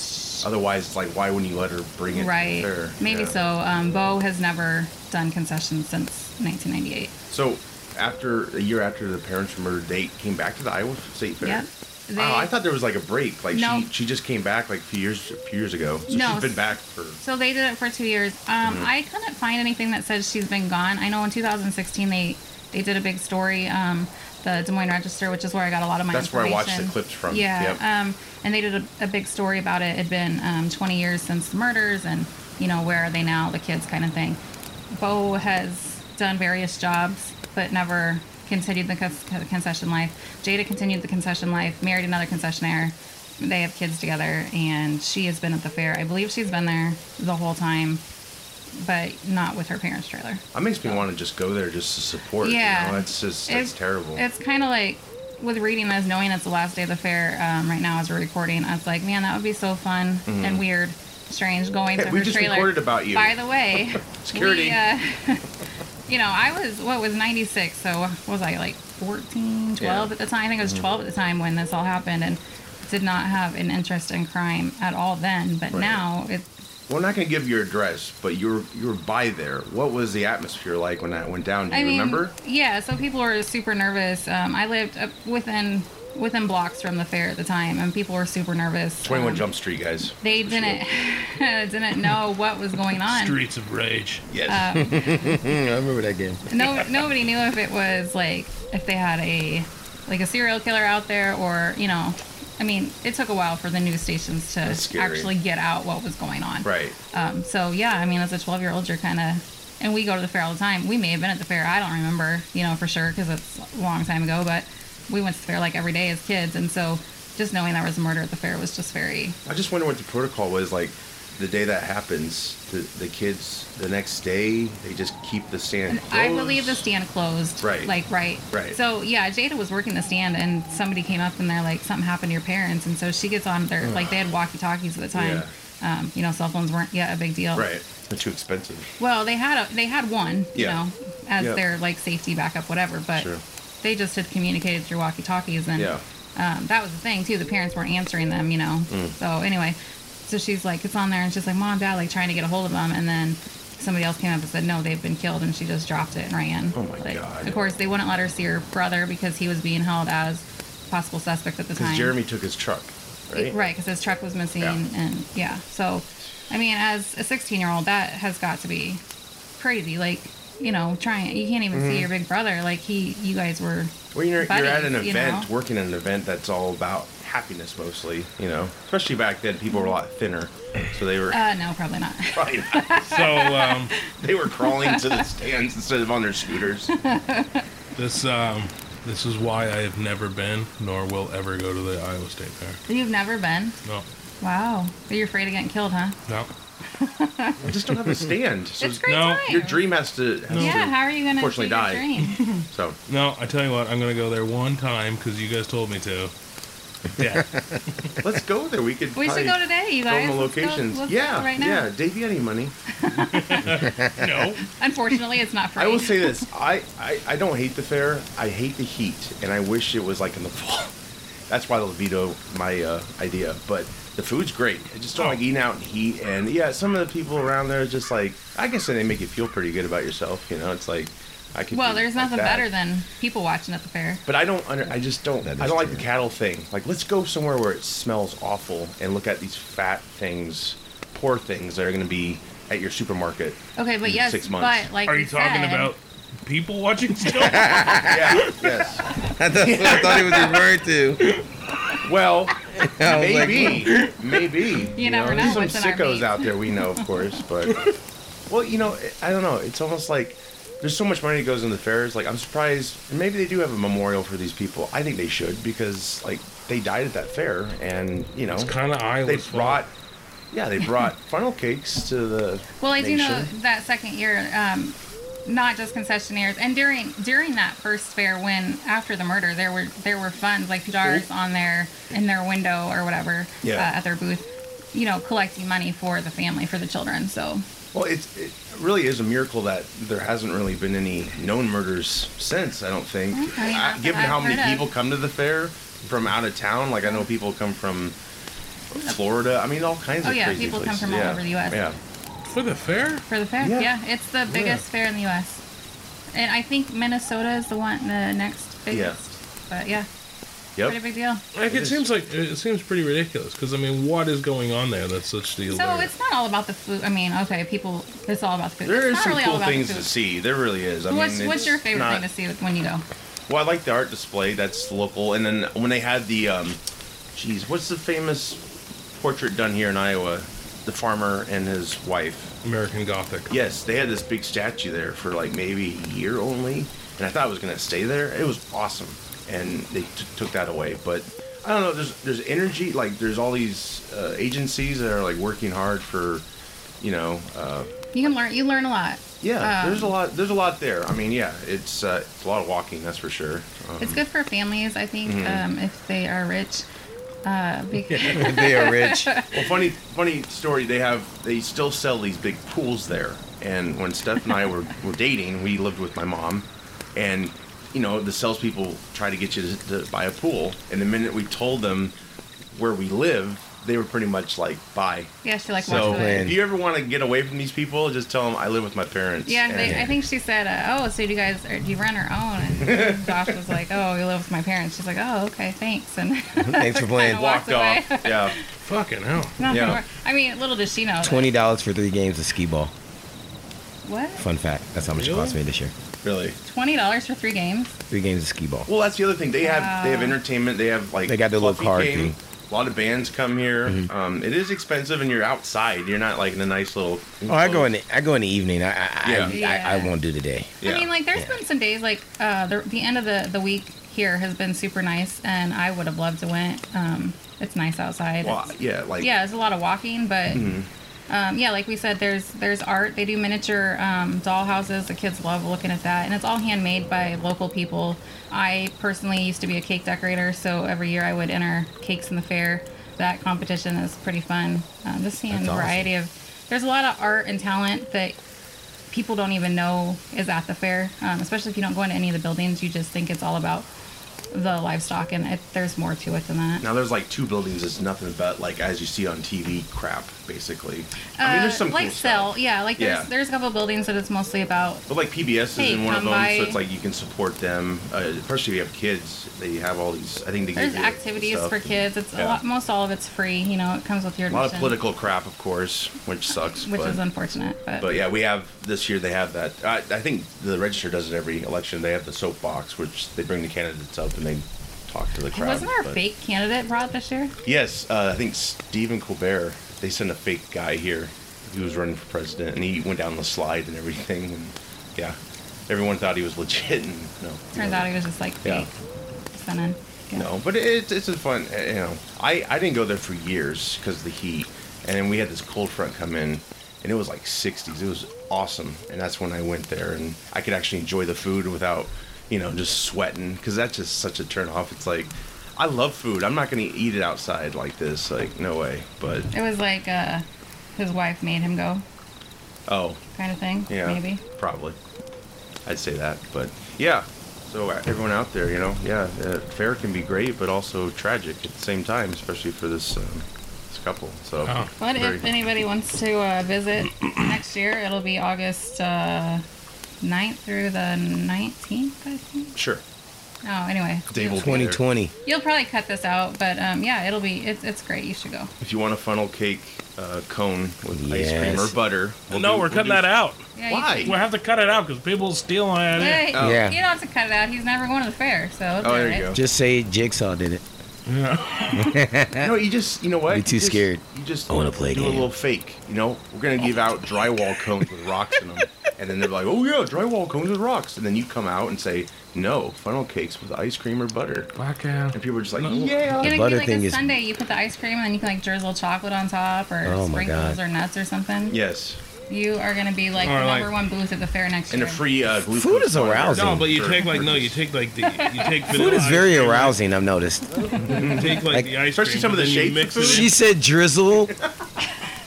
Otherwise, it's like why wouldn't you let her bring it
Right.
to the fair?
Maybe
Yeah.
so. Um, Bo has never done concessions since 1998.
So after a year after the parents were murdered, they came back to the Iowa State Fair.
Yep. They-
wow, I thought there was like a break. Like
No.
she, she just came back like a few years a few years ago. So
No.
she's been back for
So they did it for two years. Um,
Mm-hmm.
I couldn't find anything that says she's been gone. I know in 2016 they they did a big story. Um, the Des Moines Register, which is where I got a lot of my
That's where I watched the
information.
clips from.
Yeah.
Yep.
Um, and they did a, a big story about it. It had been um, 20 years since the murders, and you know where are they now, the kids, kind of thing. Bo has done various jobs, but never continued the con- concession life. Jada continued the concession life, married another concessionaire. They have kids together, and she has been at the fair. I believe she's been there the whole time, but not with her parents' trailer.
that makes me want to just go there just to support.
Yeah.
You know, it's just it's, terrible.
It's kind of like with reading this, knowing it's the last day of the fair um, right now as we're recording, I was like, man, that would be so fun and weird, strange
Mm-hmm.
going
Hey,
to
we
her
just
trailer.
recorded about you.
By
(laughs)
the way,
Security.
we, uh, (laughs) you know, I was, what was 96, so what was I, like 14, 12
Yeah. Mm-hmm.
at the time? I think I was 12 at the time when this all happened and did not have an interest in crime at all then, but
Right.
now it,
We're not gonna give your address, but you were you were by there. What was the atmosphere like when that went down? Do you
I mean,
remember?
Yeah, so people were super nervous. Um, I lived up within within blocks from the fair at the time, and people were super nervous.
Twenty one
Um,
Jump Street guys.
They
For sure.
didn't (laughs) didn't know what was going on.
Streets of Rage.
Yes.
uh,
I remember that game.
No, nobody knew if it was like if they had a like a serial killer out there or you know. I mean, it took a while for the news stations to
That's scary.
actually get out what was going
(laughs)
on.
right.
Um, so yeah, I mean, as a 12 year old, you're kind of, and we go to the fair all the time. We may have been at the fair. I don't remember, you know, for sure because it's a long time ago. But we went to the fair like every day as kids, and so just knowing there was a murder at the fair was just very.
I just wonder what the protocol was like the day that happens. The, the kids the next day they just keep the stand. Closed.
I believe the stand closed.
Right.
Like right.
Right.
So yeah, Jada was working the stand, and somebody came up and they're like, something happened to your parents, and so she gets on their like they had walkie talkies at the time. Um, you know, cell phones weren't yet a big deal.
Right. They're too expensive.
Well, they had a they had one, you
Yeah.
know, as
Yeah.
their like safety backup, whatever. But
Sure.
they just had communicated through walkie talkies, and
Yeah.
um, that was the thing too. The parents weren't answering them, you know.
Mm.
So anyway, so she's like, it's on there, and she's like, mom, dad, like trying to get a hold of them, and then somebody else came up and said, no, they've been killed, and she just dropped it and ran.
Oh, my
Like,
God.
Of course, they wouldn't let her see her brother because he was being held as possible suspect at the time.
Because Jeremy took his truck, right?
Right, because his truck was missing,
Yeah.
and yeah. So, I mean, as a 16 year old, that has got to be crazy. Like, you know, trying you can't even
Mm-hmm.
see your big brother. Like he, you guys were.
Well, you're, you're at an
buddies, you
event,
know?
working at an event that's all about happiness mostly, you know. Especially back then, people were a lot thinner, so they (laughs) were
Uh, no, probably not. (laughs)
probably
So um,
they were crawling to the stands instead of on their scooters.
this um, this is why I have never been nor will ever go to the Iowa State Fair.
You've never been.
No,
Wow, but you're afraid of getting killed, huh?
no.
I just don't have a stand. So
it's a great
no,
time.
your dream has to. Has
Yeah,
to
how are you gonna
Unfortunately,
achieve your
die. (laughs)
dream?
So
No, I tell you what, I'm gonna go there one time because you guys told me to.
(laughs)
Yeah,
let's go there. We could.
We
probably
should go today, you guys.
Film the
Let's go-
locations.
let's go
yeah,
right now.
yeah. Dave, you got any
(laughs)
money?
no.
Unfortunately, it's not
(laughs)
free.
I will say
(laughs)
this: I, I I don't hate the fair. I hate the heat, and I wish it was like in the (laughs) fall. That's why they'll veto my uh, idea. But the food's great. I just
Oh.
don't like eating out in heat. And yeah, some of the people around there are just like I guess they make you feel pretty good about yourself. You know, it's like I could.
Well,
be
there's
like
nothing
that.
better than people watching at the fair.
But I don't. Under, I just don't. I
That
don't
is
like the
true.
cattle thing. Like, let's go somewhere where it smells awful and look at these fat things poor things that are going to be at your supermarket.
Okay, but yes,
Six months.
but like
Are
we
you talking
said-
about people
(laughs)
watching still?
Yeah. yes.
That's what (laughs) I thought he was referring to.
Well,
I was like,
maybe, maybe. You,
never know
there's some
what's in our
sickos
meat.
out there we know, of course, but well, you know, I don't know. It's almost like there's so much money that goes into fairs. Like I'm surprised. and Maybe they do have a memorial for these people. I think they should because like they died at that fair, and you know,
It's kinda
they
Iowa's fault.
brought. Yeah, they brought funnel cakes to the.
Well, I do know
nation.
that second year, um, not just concessionaires, and during during that first fair, when after the murder, there were there were funds like jars on their in their window or whatever
Yeah.
uh, at their booth, you know, collecting money for the family for the children. So
Well, it's, it really is a miracle that there hasn't really been any known murders since, I don't think.
Okay,
Uh,
that's
given
what
how
I've
many
heard of.
people come to the fair from out of town, like I know people come from Florida. I mean, all kinds
Oh,
of
yeah,
crazy
people come
places.
from all
yeah.
over the US.
Yeah.
For the fair?
for the fair,
Yeah.
yeah, it's the biggest fair in the U.S. And I think Minnesota is the one, the next biggest. But yeah, pretty
Yep.
big deal.
Like it, seems like it seems pretty ridiculous because I mean, what is going on there? That's such the
So
allure?
it's not all about the food. I mean, okay, people, it's all about the food.
There is
it's not
some
really all
cool
about the
things
food.
to see. There really is. I
what's
mean,
what's
it's
your favorite
not-
thing to see with- when you go?
Well, I like the art display. That's local. And then when they had the, um, geez, what's the famous portrait done here in Iowa? The farmer and his wife.
American Gothic.
Yes, they had this big statue there for like maybe a year only, and I thought it was gonna stay there. It was awesome, and they t- took that away. But I don't know. There's there's energy. Like there's all these uh, agencies that are like working hard for, you know, uh,
You can learn. You learn a lot.
yeah.
Um,
there's a lot. There's a lot there. I mean, yeah, it's uh, it's a lot of walking. That's for sure. Um,
It's good for families, I think, um, if they are rich. Uh, because,
they are rich.
Well, funny, funny story. They have, they still sell these big pools there. And when Steph and I were, were dating, we lived with my mom, and you know the salespeople try to get you to, to buy a pool. And the minute we told them where we live, they were pretty much like, "Bye."
yeah, she like
So
walks away.
if you ever want to get away from these people, just tell them I live with my parents.
Yeah,
And-
they, I think she said, uh, "Oh, so do you guys or do you rent or own?" And Josh was like, "Oh, we live with my parents." She's like, "Oh, okay, thanks." And (laughs)
Thanks for playing.
walked
walked
away.
off.
(laughs)
yeah,
Fucking hell.
nothing
Yeah.
more. I mean, little does she know. that-
Twenty dollars for three games of skee ball.
What?
Fun fact. That's how much it
Really?
cost me this year.
really.
Twenty dollars for three games?
Three games of skee ball.
Well, that's the other thing. They have they have
Wow.
entertainment. They have like
They got the little Mm-hmm.
fluffy
card
game.
thing.
A lot of bands come here. Um, it is expensive, and you're outside. You're not like in a nice little.
Oh, I go in. The, I go in the evening. I I, I,
Yeah.
I I won't do today.
I mean, like, there's
Yeah.
been some days like uh, the, the end of the, the week here has been super nice, and I would have loved to went. Um, it's nice outside.
Well,
It's-
yeah, like
yeah, it's a lot of walking, but um, yeah, like we said, there's there's art. They do miniature um, dollhouses. The kids love looking at that, and it's all handmade by local people. I personally used to be a cake decorator, so every year I would enter cakes in the fair. That competition is pretty fun. Um, just seeing
That's
the
awesome.
variety of there's a lot of art and talent that people don't even know is at the fair. Um, especially if you don't go into any of the buildings, you just think it's all about the livestock, and it, there's more to it than that.
Now there's like two buildings that's nothing but like as you see on TV crap, basically. I mean,
Uh,
there's some
like
cool stuff,
Cell, yeah. Like there's
Yeah.
there's a couple buildings that it's mostly about.
but like PBS is
Hey,
in one of
come
them,
by.
so it's like you can support them, uh, especially if you have kids. They have all these. I think they
There's
give you
activities
stuff.
for kids. It's
Yeah.
a lot. Most all of it's free. You know, it comes with your
A
admission,
lot of political crap, of course, which sucks.
which
but,
is unfortunate. But,
But yeah, we have this year. They have that. I, I think the register does it every election. They have the soapbox, which they bring the candidates up and they talk to the crowd.
wasn't there a
but-
fake candidate brought this year?
Yes, uh, I think Stephen Colbert. They sent a fake guy here. He was running for president, and he went down the slide and everything. And yeah, everyone thought he was legit. And no,
Turns out he was just like
Yeah.
fake. Sent in. Yeah.
no. But it, it's a fun. uh, You know, I I didn't go there for years because of the heat, and then we had this cold front come in, and it was like 60s. It was awesome, and that's when I went there, and I could actually enjoy the food without, you know, just sweating because that's just such a turn off. It's like. I love food. I'm not gonna eat it outside like this. Like no way. But
It was like uh, his wife made him go,
oh,
kind of thing.
Yeah.
Maybe.
Probably. I'd say that, but yeah. So uh, everyone out there, you know, yeah, uh, fair can be great, but also tragic at the same time, especially for this um, this couple. So
Oh.
What
very-
if anybody wants to uh, visit (clears throat) next year? It'll be August uh, 9th through the 19th, I think.
Sure.
Oh, anyway.
Dave will be there.
2020.
You'll probably cut this out, but um, yeah, it'll be it's it's great. You should go.
If you want a funnel cake uh, cone with ice cream
Yes.
or butter, we'll
no, we're
do- we'll
cutting
do-
that out.
Yeah,
Why?
You,
We'll have to cut it out because people steal my idea.
Hey,
Oh.
Yeah.
You don't have to cut it out. He's never going to the fair, so. it's
Oh, there
all
you go.
Just say Jigsaw did it.
No, you just you know what?
Be too
You just-
scared.
You just
I wanna play a
do a
game.
little fake. You know, we're gonna give out drywall cones with rocks
(laughs)
in them, and then they're like, "Oh yeah, drywall cones with rocks," and then you come out and say, "No, funnel cakes with ice cream or butter," and people are just like, "Yeah."
It'll
butter
be like
thing
a
is-
Sunday. You put the ice cream and then you can like drizzle chocolate on top or
Oh, my
sprinkles
God.
or nuts or something.
Yes,
You are gonna be like
Or,
the
like-
number one booth at the fair next
and a
year.
free uh, glucose
Food is
monitor.
arousing.
No, but you
For-
take like
for
no, you
just-
take like the you take
(laughs) Food
vanilla
is
ice
very
cream,
arousing, I've noticed.
You take like,
Like-
the ice
Especially
cream,
some of
but then
the
you
shaped
mix
food.
it.
She
in.
said (laughs) drizzle,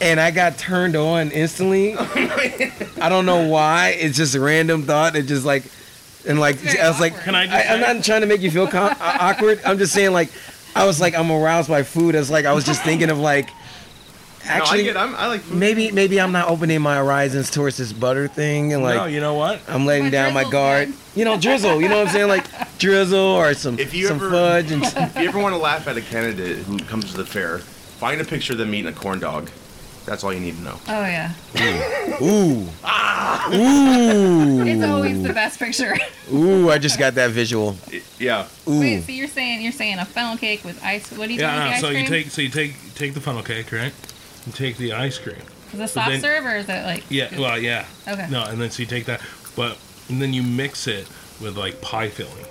and I got turned on instantly. I don't know why. It's just a random thought. It just like, and like,
It's very
I was like,
awkward.
Can I just?
I, I'm
say-
not trying to make you feel com- (laughs) uh, awkward. I'm just saying, like, I was like, I'm aroused by food. I was like, I was just thinking of
(laughs)
like,
no, I
actually,
get. I'm, I like food.
maybe, maybe I'm not opening my horizons towards this butter thing, and like,
no, you know what?
I'm letting
But
down my
drizzle's
guard.
good.
You know, drizzle. You know what I'm saying? Like, drizzle or some
If you
some
ever-
fudge and s-
(laughs)
If you ever want to laugh at a candidate who comes to the fair, find a picture of them eating a corn dog. That's all you need to know.
Oh yeah,
ooh,
Ah!
ooh,
it's always the best picture. (laughs)
ooh. I just got that visual.
Yeah.
Ooh.
Wait, so you're saying you're saying a funnel cake with ice? What do you
Yeah, uh,
think?
so
with the
you
ice cream?
take so you take take the funnel cake, right? You take the ice cream.
Is it soft
then-
serve or is it like?
Yeah, well, yeah.
Okay.
No, and then so you take that, but and then you mix it with like pie filling,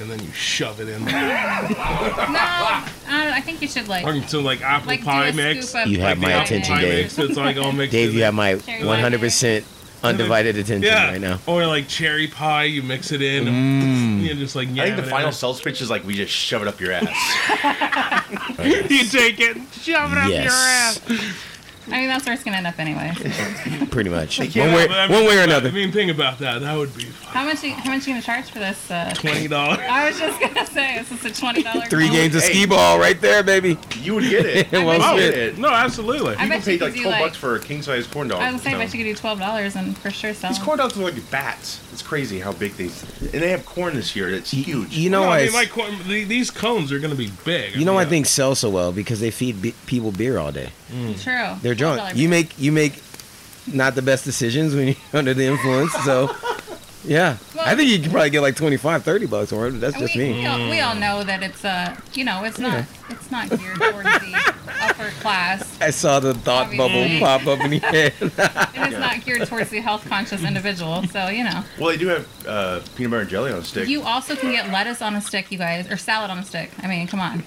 and then you shove it in. there.
No, I, don't, I think you should like
Fucking so like apple
like do
pie
a
mix.
scoop of
You have
like
the
my
pie.
apple
attention,
pie
Dave.
mix, It's like all mixed.
Dave,
in
you
there.
have my
Cherry
100% undivided attention
yeah.
right now. Mm.
Or like cherry pie, you mix it in. and (laughs) You just like
I think
yam
the
it
final
in.
sales pitch is like we just shove it up your ass.
(laughs)
(laughs) You take it, and shove it up your ass.
Yes,
I mean that's where it's gonna end up anyway.
pretty much. One
Yeah,
way,
But I mean,
one way or
but-
another.
I mean, think about that. That would be
How much? You, how much you gonna charge for this? Uh,
twenty
(laughs)
dollars.
I was just gonna say this is a twenty dollars.
Three games of
Hey.
skee ball right there, baby.
You would get it.
Well
you
said.
get
(laughs)
it.
No, absolutely.
People
I bet you
paid
could
like
do
twelve
like.
bucks for a king size corn dog.
I was saying, I
No.
bet you could do twelve dollars and for sure sell.
These corn dogs look like bats. It's crazy how big these. And they have corn this year. That's huge.
You know
No,
why?
I mean,
it's-
my corn, the, these cones are gonna be big.
you know why
I
I think sell so well because they feed be- people beer all day.
them. True.
They're drunk.
$12
You make you make not the best decisions when you're (laughs) under the influence. So, yeah, I think you can probably get like 25, 30 bucks or whatever. That's
And
just
we,
me.
We all, we all know that it's uh, you know, it's not it's not geared towards the upper class,
I saw the thought
Obviously.
bubble pop up in your
(laughs)
head.
and it's not geared towards the health conscious individual. So you know,
Well, they do have uh, peanut butter and jelly on a stick.
you also can get lettuce on a stick, you guys, or salad on a stick. I mean, come on.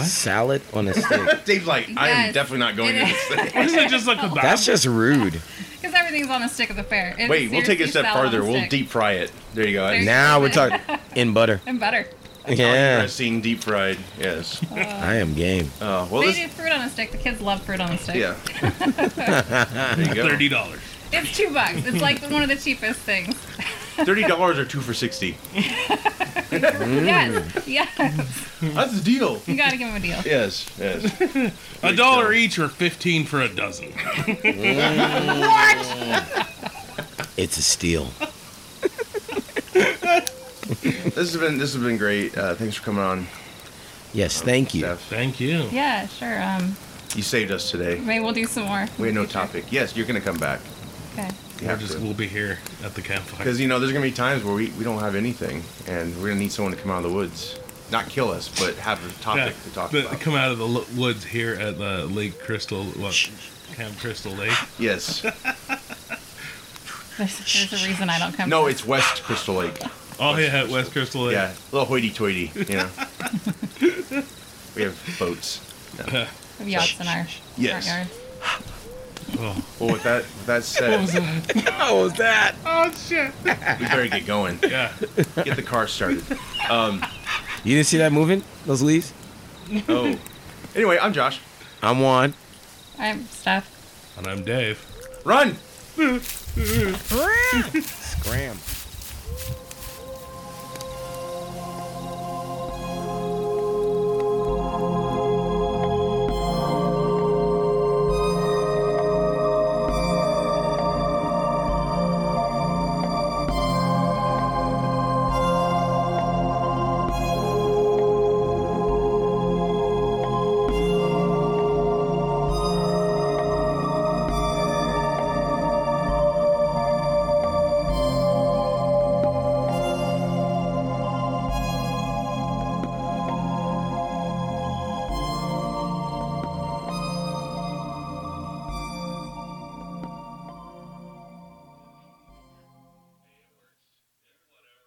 Salad on a stick.
Dave's like, I am
Yes.
definitely not going
It
to
is.
this
(laughs)
thing.
(laughs) Isn't it just like kebab?
That's just rude.
Because everything's on a stick at the fair. It is
Wait, we'll take it a
seriously
step
salad on
farther. We'll
stick.
deep fry it. There you go.
There
That's
you
Now we're talking in
(laughs)
butter.
and butter.
Yeah,
Dressing deep fried. Yes.
I am game.
Uh, well,
they
this.
do fruit on a stick. The kids love fruit on a stick. (laughs)
Yeah. there you go.
Thirty dollars.
It's two bucks. It's like one of the cheapest things.
Thirty dollars or two for sixty. Mm.
Yes. Yes.
That's the deal.
You gotta give them a deal.
Yes. Yes.
A dollar each or fifteen for a dozen.
It's a steal.
This has been this has been great. Uh, thanks for coming on,
Yes, thank
(laughs)
you.
Steph.
Thank you.
Yeah, sure. Um,
You saved us today.
maybe we'll do some more.
We had no topic. Yes, you're gonna come back.
Okay.
You
We'll
have
just
to.
we'll be here at the campfire.
Because you know, there's gonna be times where we, we don't have anything, and we're gonna need someone to come out of the woods, not kill us, but have a topic to talk
but
about.
come out of the lo- woods here at the Lake Crystal, what, Camp Crystal Lake.
(laughs) Yes.
There's, there's a reason I don't come.
No, it's West
(laughs)
Crystal Lake.
Oh yeah, at West Crystal Lake.
Yeah, a little hoity-toity. You
(laughs)
know. we have boats.
We have yachts in our
Yes.
front yard.
Oh,
Well, with that with that said,
How was that?
we better get going.
yeah.
Get the
(laughs)
car started.
You didn't see that moving? Those leaves?
Oh. Anyway, I'm Josh.
I'm Juan.
I'm Steph.
And I'm Dave.
Run.
Scram.